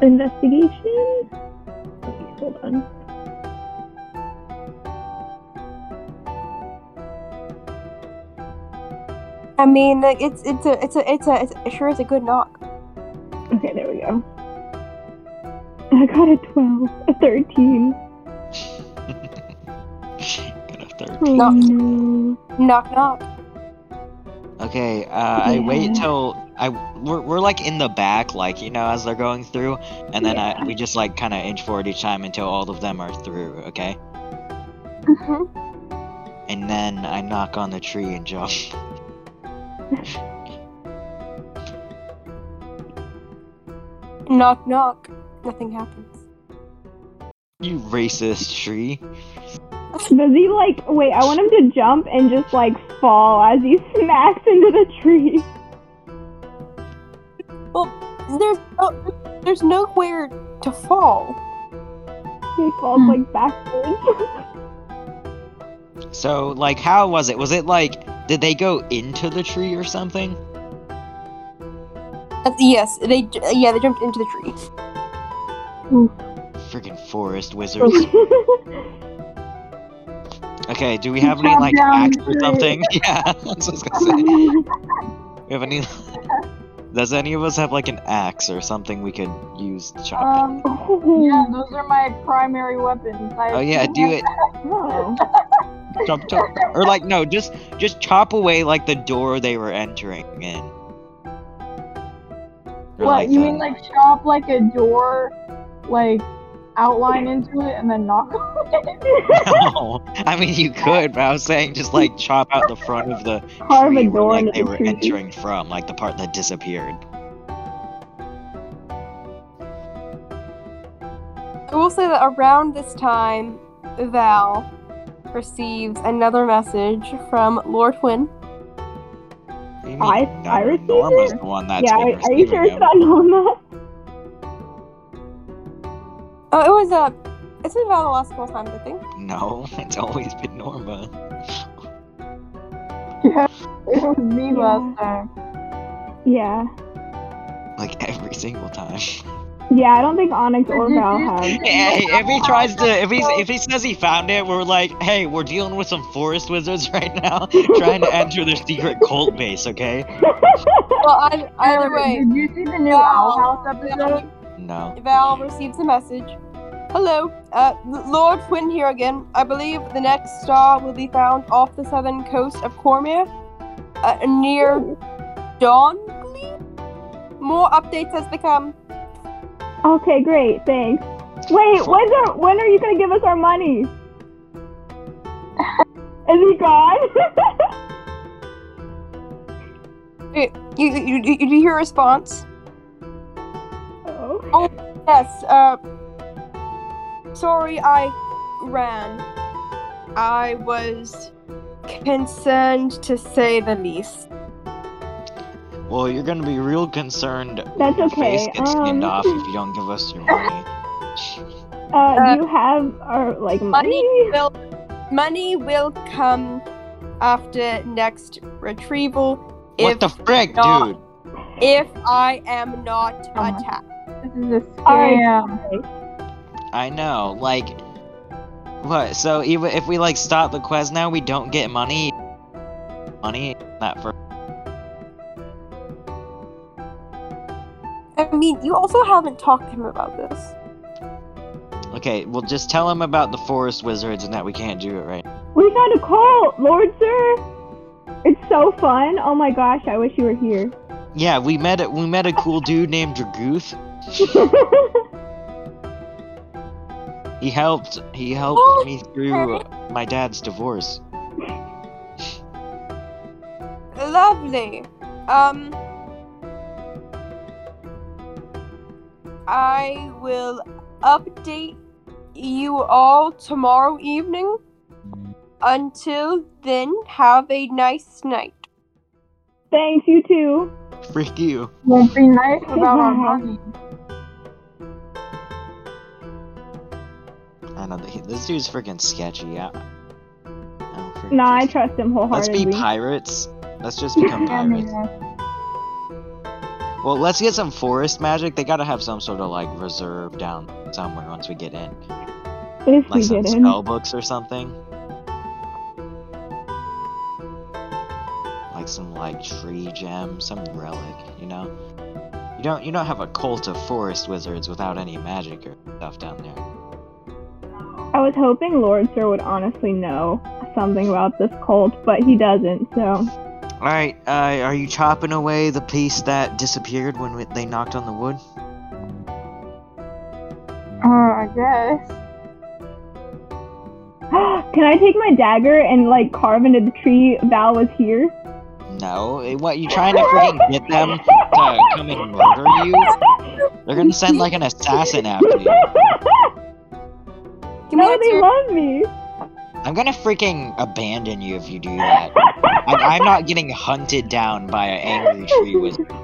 C: investigation. Okay, hold on.
E: I mean, like it's it's a it's a it's a it's a, sure it's a good knock.
C: Okay, there we go. I got a 12, a 13.
B: Got a third.
C: Oh,
E: Knock.
C: no.
E: Knock knock.
B: Okay, uh, I wait
C: Yeah.
B: till I we're, we're like in the back, like you know, as they're going through, and then I, we just like kind of inch forward each time until all of them are through. Okay,
E: Mhm.
B: and then I knock on the tree and jump.
E: Knock knock. Nothing happens.
B: You racist tree!
C: Does he like wait? I want him to jump and just like fall as he smacks into the tree.
E: There's no, there's nowhere to fall.
C: He falls
F: Hmm.
C: like backwards.
B: So like, how was it? Was it like did they go into the tree or something?
E: Uh, yes, they j- yeah they jumped into the tree.
B: Freaking forest wizards. Okay, do we have any
D: Chop
B: like
D: down
B: axe
D: the
B: or
D: tree.
B: something? Yeah, that's what I was gonna say. We have any? Does any of us have like an axe or something we could use to chop down?
D: Um,
C: Oh,
D: yeah,
C: Hmm.
D: those are my primary weapons. I
B: Oh yeah, do it.
C: Oh.
B: Chop, chop. Or like no, just just chop away like the door they were entering in. Or,
D: What you
B: the-
D: mean, like chop like a door, like outline into it and then knock on it?
B: No, I mean you could, but I was saying just like chop out the front of the
C: Carve
B: tree
C: a
B: where
C: door
B: like,
C: into
B: they
C: the
B: were
C: tree.
B: entering from, like the part that disappeared.
E: I will say that around this time, Val receives another message from Lord Wynn.
B: What do you
C: I-
B: mean?
C: I
B: No,
C: received
B: Norma's
C: it.
B: the one that's
C: Yeah,
B: been
C: are, are you
B: receiving
C: sure it's
B: them.
C: not Norma?
E: Oh, it was uh, it's been Val the last couple times I think.
B: No, it's always been Norma.
D: It was me last time.
C: Yeah.
B: Like every single time.
C: Yeah, I don't think Onyx or Val have.
B: Yeah, if he tries to, if he if he says he found it, we're like, hey, we're dealing with some forest wizards right now, trying to enter their secret cult base. Okay?
E: Well, I, either way,
D: Did you see the new Owl
E: Val,
D: House episode?
B: No.
E: Val receives a message. Hello, uh, L- Lord Wynn here again. I believe the next star will be found off the southern coast of Cormier, uh, near Dongley. More updates as they come.
C: Okay, great, thanks. Wait, when's our, when are you gonna give us our money? Is he gone?
E: You, you, you, you hear a response?
C: oh.
E: Yes, uh. Sorry, I ran. I was concerned to say the least.
B: Well, you're gonna be real concerned. when
C: That's
B: your
C: okay,
B: Face gets skinned
C: um.
B: off if you don't give us your money.
C: Uh, do you have our like money?
E: Money will, money will come after next retrieval if
B: what the frick,
E: not-
B: dude?
E: if I am not
B: Uh-huh.
D: Oh my-
E: attacked.
D: This is a
C: Alright.
D: scam.
B: I know. Like, what? So even if we like stop the quest now, we don't get money. Money not for.
E: I mean, you also haven't talked to him about this.
B: Okay, well just tell him about the forest wizards and that we can't do it right.
C: We found a cult, Lord Sir. It's so fun. Oh my gosh, I wish you were here.
B: Yeah, we met a, we met a cool dude named Dragooth. He helped. He
E: Oh,
B: helped me through my dad's divorce.
E: Lovely. Um. I will update you all tomorrow evening. Until then, have a nice night.
C: thanks, you too.
B: Freak you.
D: Won't be nice without our money.
B: I know th- this dude's freaking sketchy. Yeah.
C: Nah, I trust him
B: Let's
C: wholeheartedly.
B: be pirates. Let's just become
D: Yeah,
C: uh,
B: pirates.
D: man.
B: Well, let's get some forest magic. They gotta have some sort of like reserve down somewhere once we get in,
C: If
B: like
C: we
B: some
C: get in.
B: spell books or something. Like some like tree gem, some relic, you know. You don't you don't have a cult of forest wizards without any magic or stuff down there.
C: I was hoping Lord Sir would honestly know something about this cult, but he doesn't, so.
B: All right, uh, are you chopping away the piece that disappeared when we, they knocked on the wood?
D: Oh,
E: Uh, I guess.
C: Can I take my dagger and, like, carve into the tree Val was here?
B: No. eh, What you trying to freaking get them to come and murder you? They're gonna send like an assassin after you.
A: Can we
C: no,
A: get
C: they
A: your-
C: love me.
B: I'm gonna freaking abandon you if you do that. I'm, I'm not getting hunted down by an angry tree wizard.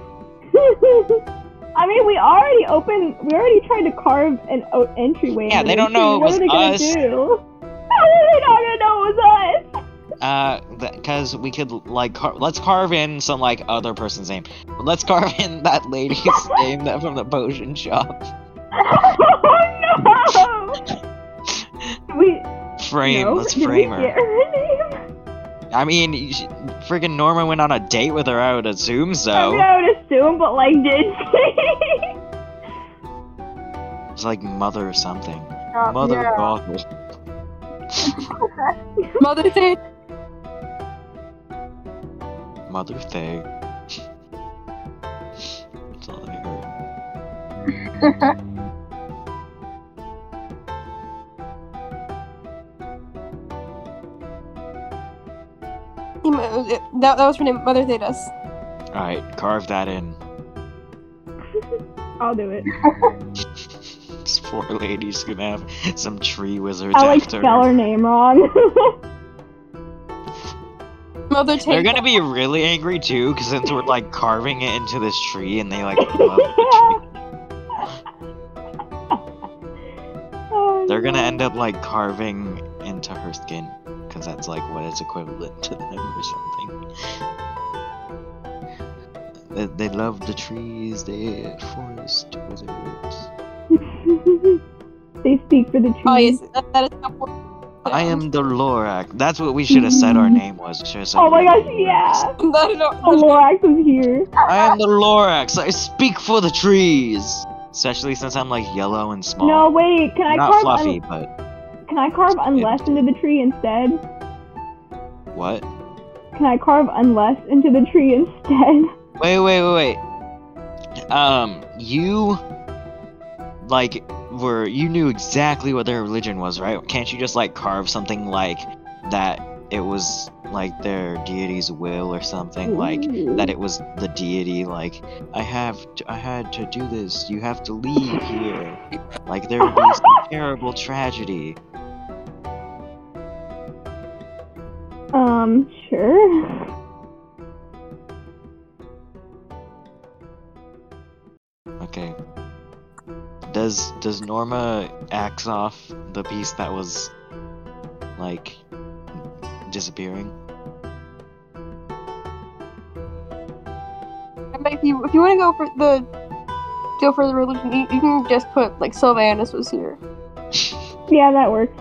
C: I mean, we already opened. We already tried to carve an o- entryway.
B: Yeah,
C: into
B: they
C: the
B: don't know
C: tree.
B: it
C: what are they
B: was us.
C: gonna do? How are they not gonna know it was us?
B: Uh, because we could like car- let's carve in some like other person's name. Let's carve in that lady's name that from the potion shop.
C: Oh no! we
B: Frame.
C: no,
B: let's
C: did we
B: frame her.
C: get her name?
B: I mean, you sh- friggin' Norma went on a date with her. I would assume
C: I mean,
B: so.
C: I would assume, but like, did she?
B: It's like mother or something.
E: Uh,
B: Mother
E: yeah.
B: awful.
A: Mother thing.
B: Mother thing. That's all I heard.
A: That, that was her name, Mother Thetis.
B: All right, carve that in.
C: I'll do it.
B: This poor lady's gonna have some tree wizards
C: I like
B: after
C: spell
B: her.
C: her name wrong.
A: Mother
B: They're
A: Tate.
B: gonna be really angry too, 'cause since we're like carving it into this tree and they like love the tree.
C: Oh,
B: They're gonna
C: no.
B: end up like carving into her skin, 'cause that's like what is equivalent to them or something. They, they love the trees, they forest wizards.
C: they speak for the trees.
A: Oh, yes. That, that is how poor-
B: I am the Lorak. That's what we should have said our name was. We should've said
C: Oh my
B: we were
C: gosh,
B: the Loraks.
C: yeah!
A: Not at all.
C: Oh, Lorax is here.
B: I am the Lorax. I speak for the trees. Especially since I'm like yellow and small.
C: No, wait, can I
B: Oh. Not
C: carve
B: fluffy,
C: un-
B: but
C: can I carve unless into the tree instead?
B: what?
C: Can I carve unless into the tree instead?
B: Wait, wait, wait, wait. Um, you like were you knew exactly what their religion was, right? Can't you just like carve something like that? It was like their deity's will or something, like that it was the deity like i have to, i had to do this you have to leave here like there would be some terrible tragedy
C: Um, sure.
B: okay does does norma axe off the piece that was like disappearing
A: If you, if you want to go for the go for the religion, you, you can just put like Sylvanus was here.
C: Yeah, that works.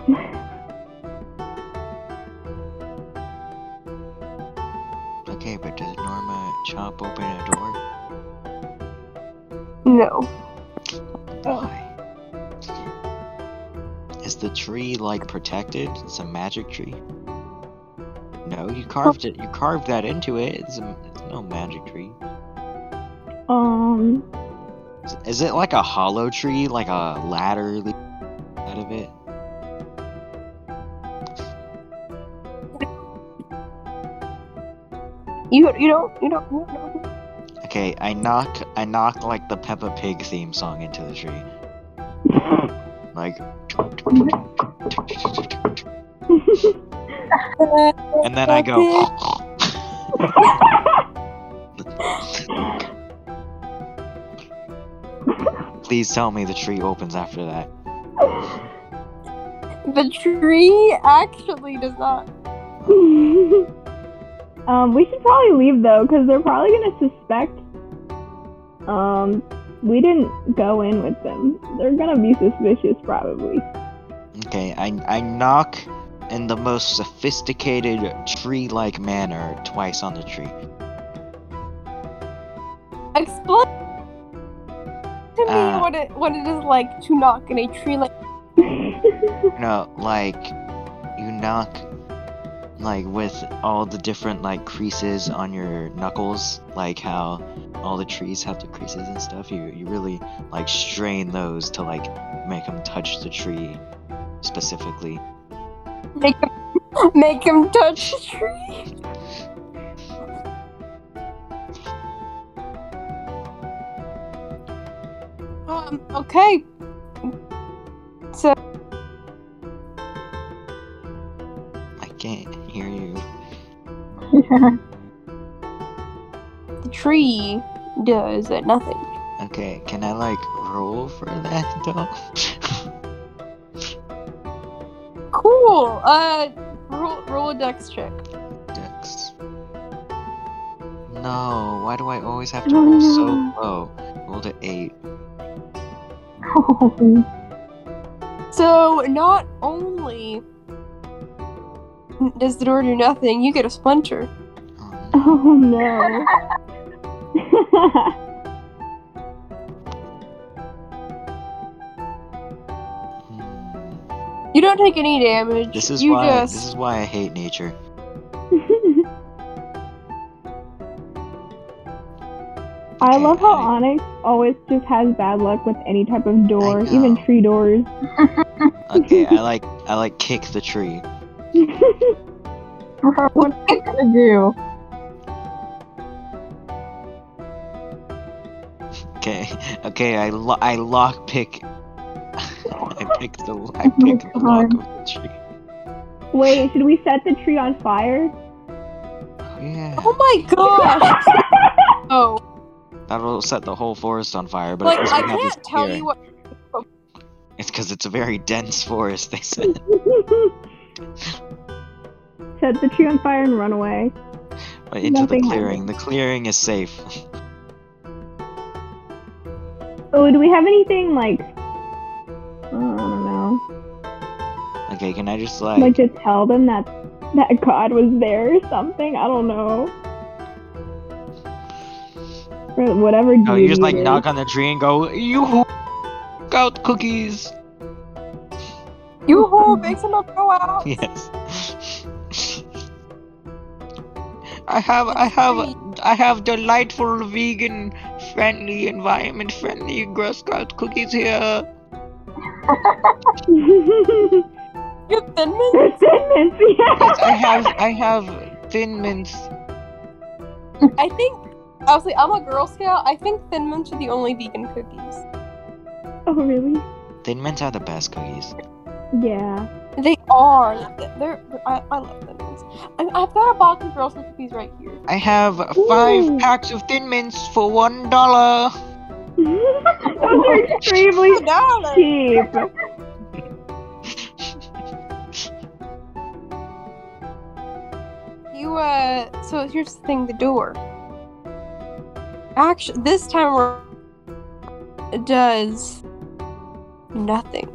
B: okay but does norma chop open a door
A: No,
B: why is the tree like protected it's a magic tree no you carved it you carved that into it it's, a, it's no magic tree
C: Um,
B: Is- Is it like a hollow tree, like a ladder le- out of it?
A: you you don't you don't. You don't know.
B: Okay, I knock, I knock like the Peppa Pig theme song into the tree, like, and then I go. Please tell me the tree opens after that.
A: The tree actually does not.
C: um, we should probably leave though, because they're probably gonna suspect Um, we didn't go in with them. They're gonna be suspicious, probably.
B: Okay, I, I knock in the most sophisticated tree like manner twice on the tree.
E: Explain to me
B: Uh.
E: what it what it is like to knock in a tree like
C: Oh,
B: You know, like, you knock, like, with all the different, like, creases on your knuckles, like how all the trees have the creases and stuff. You, you really, like, strain those to, like, make them touch the tree specifically.
E: make him make him touch the tree. Um, okay. So
B: I can't hear you.
E: the tree does nothing.
B: Okay, can I, like, roll for that, though?
E: Cool. Uh, roll, roll a dex check.
B: Dex. No, why do I always have to roll so
C: Mm.
B: low? Roll to eight.
E: So not only does the door do nothing, you get a splinter.
B: Oh, no.
E: Uh-huh.
C: oh no.
B: Hmm.
E: You don't take any damage.
B: This is
E: you
B: why
E: just
B: this is why I hate nature.
C: I
B: Okay,
C: love how
B: I-
C: Onyx always just has bad luck with any type of door,
B: I know.
C: even tree doors.
B: Okay, I like I like kick the tree.
D: what am I gonna do?
B: Okay, okay, I lo- I lock pick. I pick the I
E: Oh
B: pick the lock of the tree.
C: Wait, should we set the tree on fire?
B: Oh, yeah,
E: Oh my gosh! oh,
B: that'll set the whole forest on fire. But
E: like
B: at least
E: I
B: we have this
E: can't tell
B: clearing.
E: you what.
B: It's because it's a very dense forest. They said.
C: set the tree on fire and run away.
B: But into the
C: Nothing
B: clearing. The clearing is safe.
C: Oh, do we have anything like? Oh, I don't know.
B: Okay, can I just
C: Like to tell them that that God was there or something. I don't know. Or whatever.
B: No, you just
C: deity
B: like
C: it is.
B: knock on the tree and go, you out cookies.
E: You whole makes him not go out.
B: Yes. I have, I have, I have delightful vegan friendly, environment friendly Girl Scout cookies here.
E: You have thin mints?
C: Resentments, yeah.
B: Yes, I have, I have thin mints.
E: I think. Honestly, I'm a Girl Scout. I think Thin Mints are the only vegan cookies.
C: Oh really?
B: Thin mints are the best cookies.
C: Yeah.
E: They are. They're. I, I love Thin Mints. I, I've got a box of Girl Scout cookies right here.
B: I have
C: Ooh.
B: five packs of thin mints for one dollar.
C: Those are extremely
E: Oh, darling.
C: cheap.
E: You uh. So here's the thing. The door. Actually, this time around, it does nothing.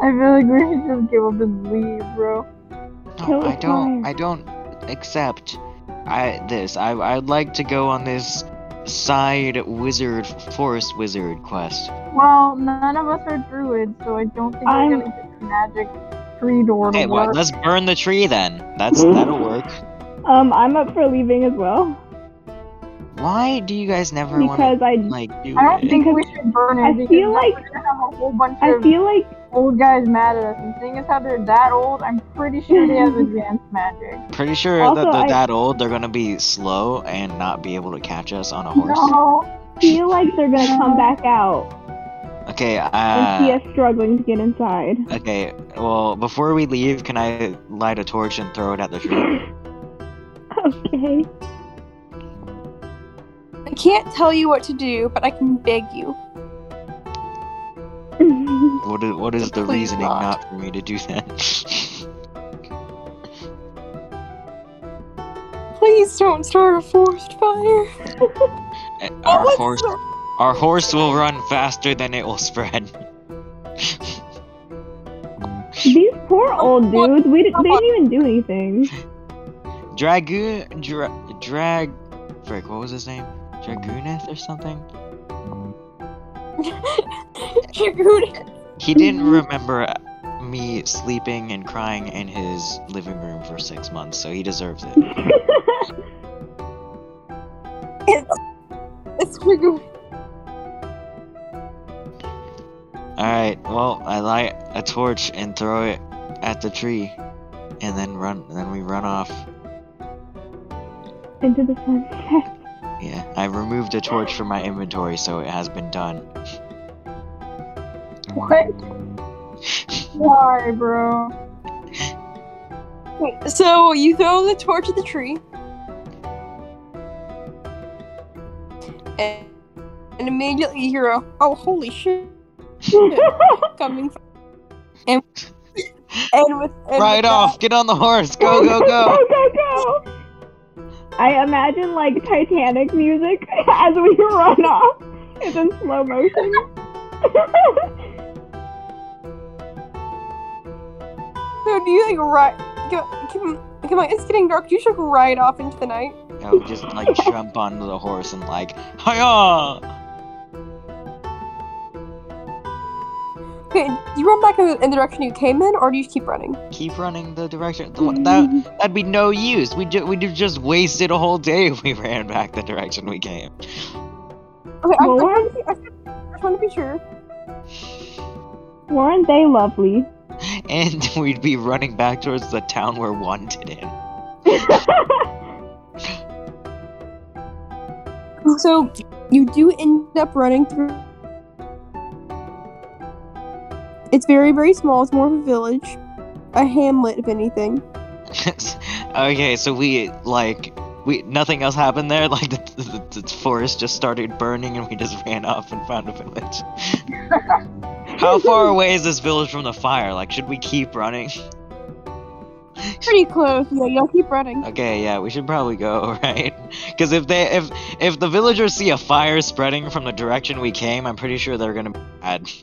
D: I feel like we should just give up and leave, bro.
B: No,
C: Kill
B: I
C: the
B: don't.
C: fire.
B: I don't accept. I this. I I'd like to go on this side wizard forest wizard quest.
D: Well, none of us are druids, so I don't think
C: I'm-
D: we're gonna get the magic tree door to
B: Okay, well,
D: work.
B: let's burn the tree then. That's that'll work.
C: Um, I'm up for leaving as well
B: Why do you guys never want
C: because
B: to
C: I
B: like do
D: I don't
B: it?
D: think we should burn it.
C: I
D: because
C: feel
D: then
C: like-
D: we're gonna have a whole bunch
C: I
D: of
C: feel like
D: old guys mad at us. And seeing as how they're that old, I'm pretty sure they have advanced magic.
B: Pretty sure
C: Also,
B: that they're
C: I-
B: that old. They're gonna be slow and not be able to catch us on a horse.
D: No,
C: feel like they're gonna come back out
B: Okay.
C: and see
B: Uh,
C: us struggling to get inside.
B: okay. Well, before we leave, can I light a torch and throw it at the tree?
C: Okay.
E: I can't tell you what to do, but I can beg you.
B: What is what is the
E: Please
B: reasoning
E: not.
B: not for me to do that?
E: Please don't start a forest fire.
B: Eh, Our horse, our horse will run faster than it will spread.
C: These poor old dudes. We didn't, they didn't even do anything.
B: Dragoon, dra- drag, frick, what was his name? Dragooneth or something?
E: Dragoon.
B: He didn't remember me sleeping and crying in his living room for six months, so he deserves it.
E: It's Dragoon.
B: All right, well, I light a torch and throw it at the tree, and then run. And then we run off.
C: Into the sunset.
B: Yeah, I removed a torch from my inventory, so it has been done.
D: What? Why, bro?
E: Wait, so you throw the torch at the tree. And, and immediately you hear a, oh, holy shit, coming from. And, and with. And
B: Ride
E: with
B: off! Get on the horse! Go, go, go!
C: go, go, go! I imagine like Titanic music as we run off. It's in slow motion.
E: That, so do you like ride. Come, come, come on, it's getting dark. You should ride off into the night.
B: No, just like jump onto the horse and like, hiya!
E: Okay, do you run back in the, in the direction you came in, or do you keep running?
B: Keep running the direction. the one- That that'd be no use. We ju- we'd have just wasted a whole day if we ran back the direction we came.
E: Okay, I, I,
C: Well,
E: I, I, just want to be sure.
C: Weren't they lovely?
B: And we'd be running back towards the town we're wanted in.
E: So you do end up running through. It's very, very small. It's more of a village, a hamlet, if anything.
B: okay, so we like we nothing else happened there. Like the, the, the forest just started burning, and we just ran off and found a village. How far away is this village from the fire? Like, should we keep running?
E: Pretty close. Yeah, y'all keep running.
B: Okay, yeah, we should probably go, right? Because if they if if the villagers see a fire spreading from the direction we came, I'm pretty sure they're gonna be mad.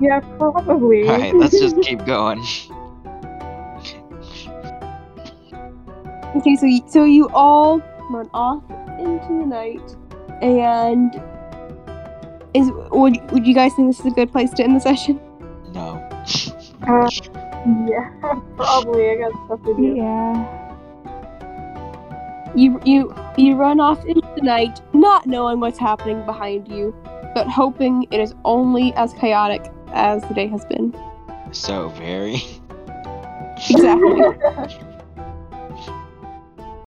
D: Yeah, probably.
B: All right, let's just keep going.
E: Okay, so y- so you all run off into the night, and is would would you guys think this is a good place to end the session?
B: No.
D: Yeah, probably. I got stuff to do.
C: yeah.
E: You you you run off into the night, not knowing what's happening behind you, but hoping it is only as chaotic as the day has been.
B: So very.
E: Exactly.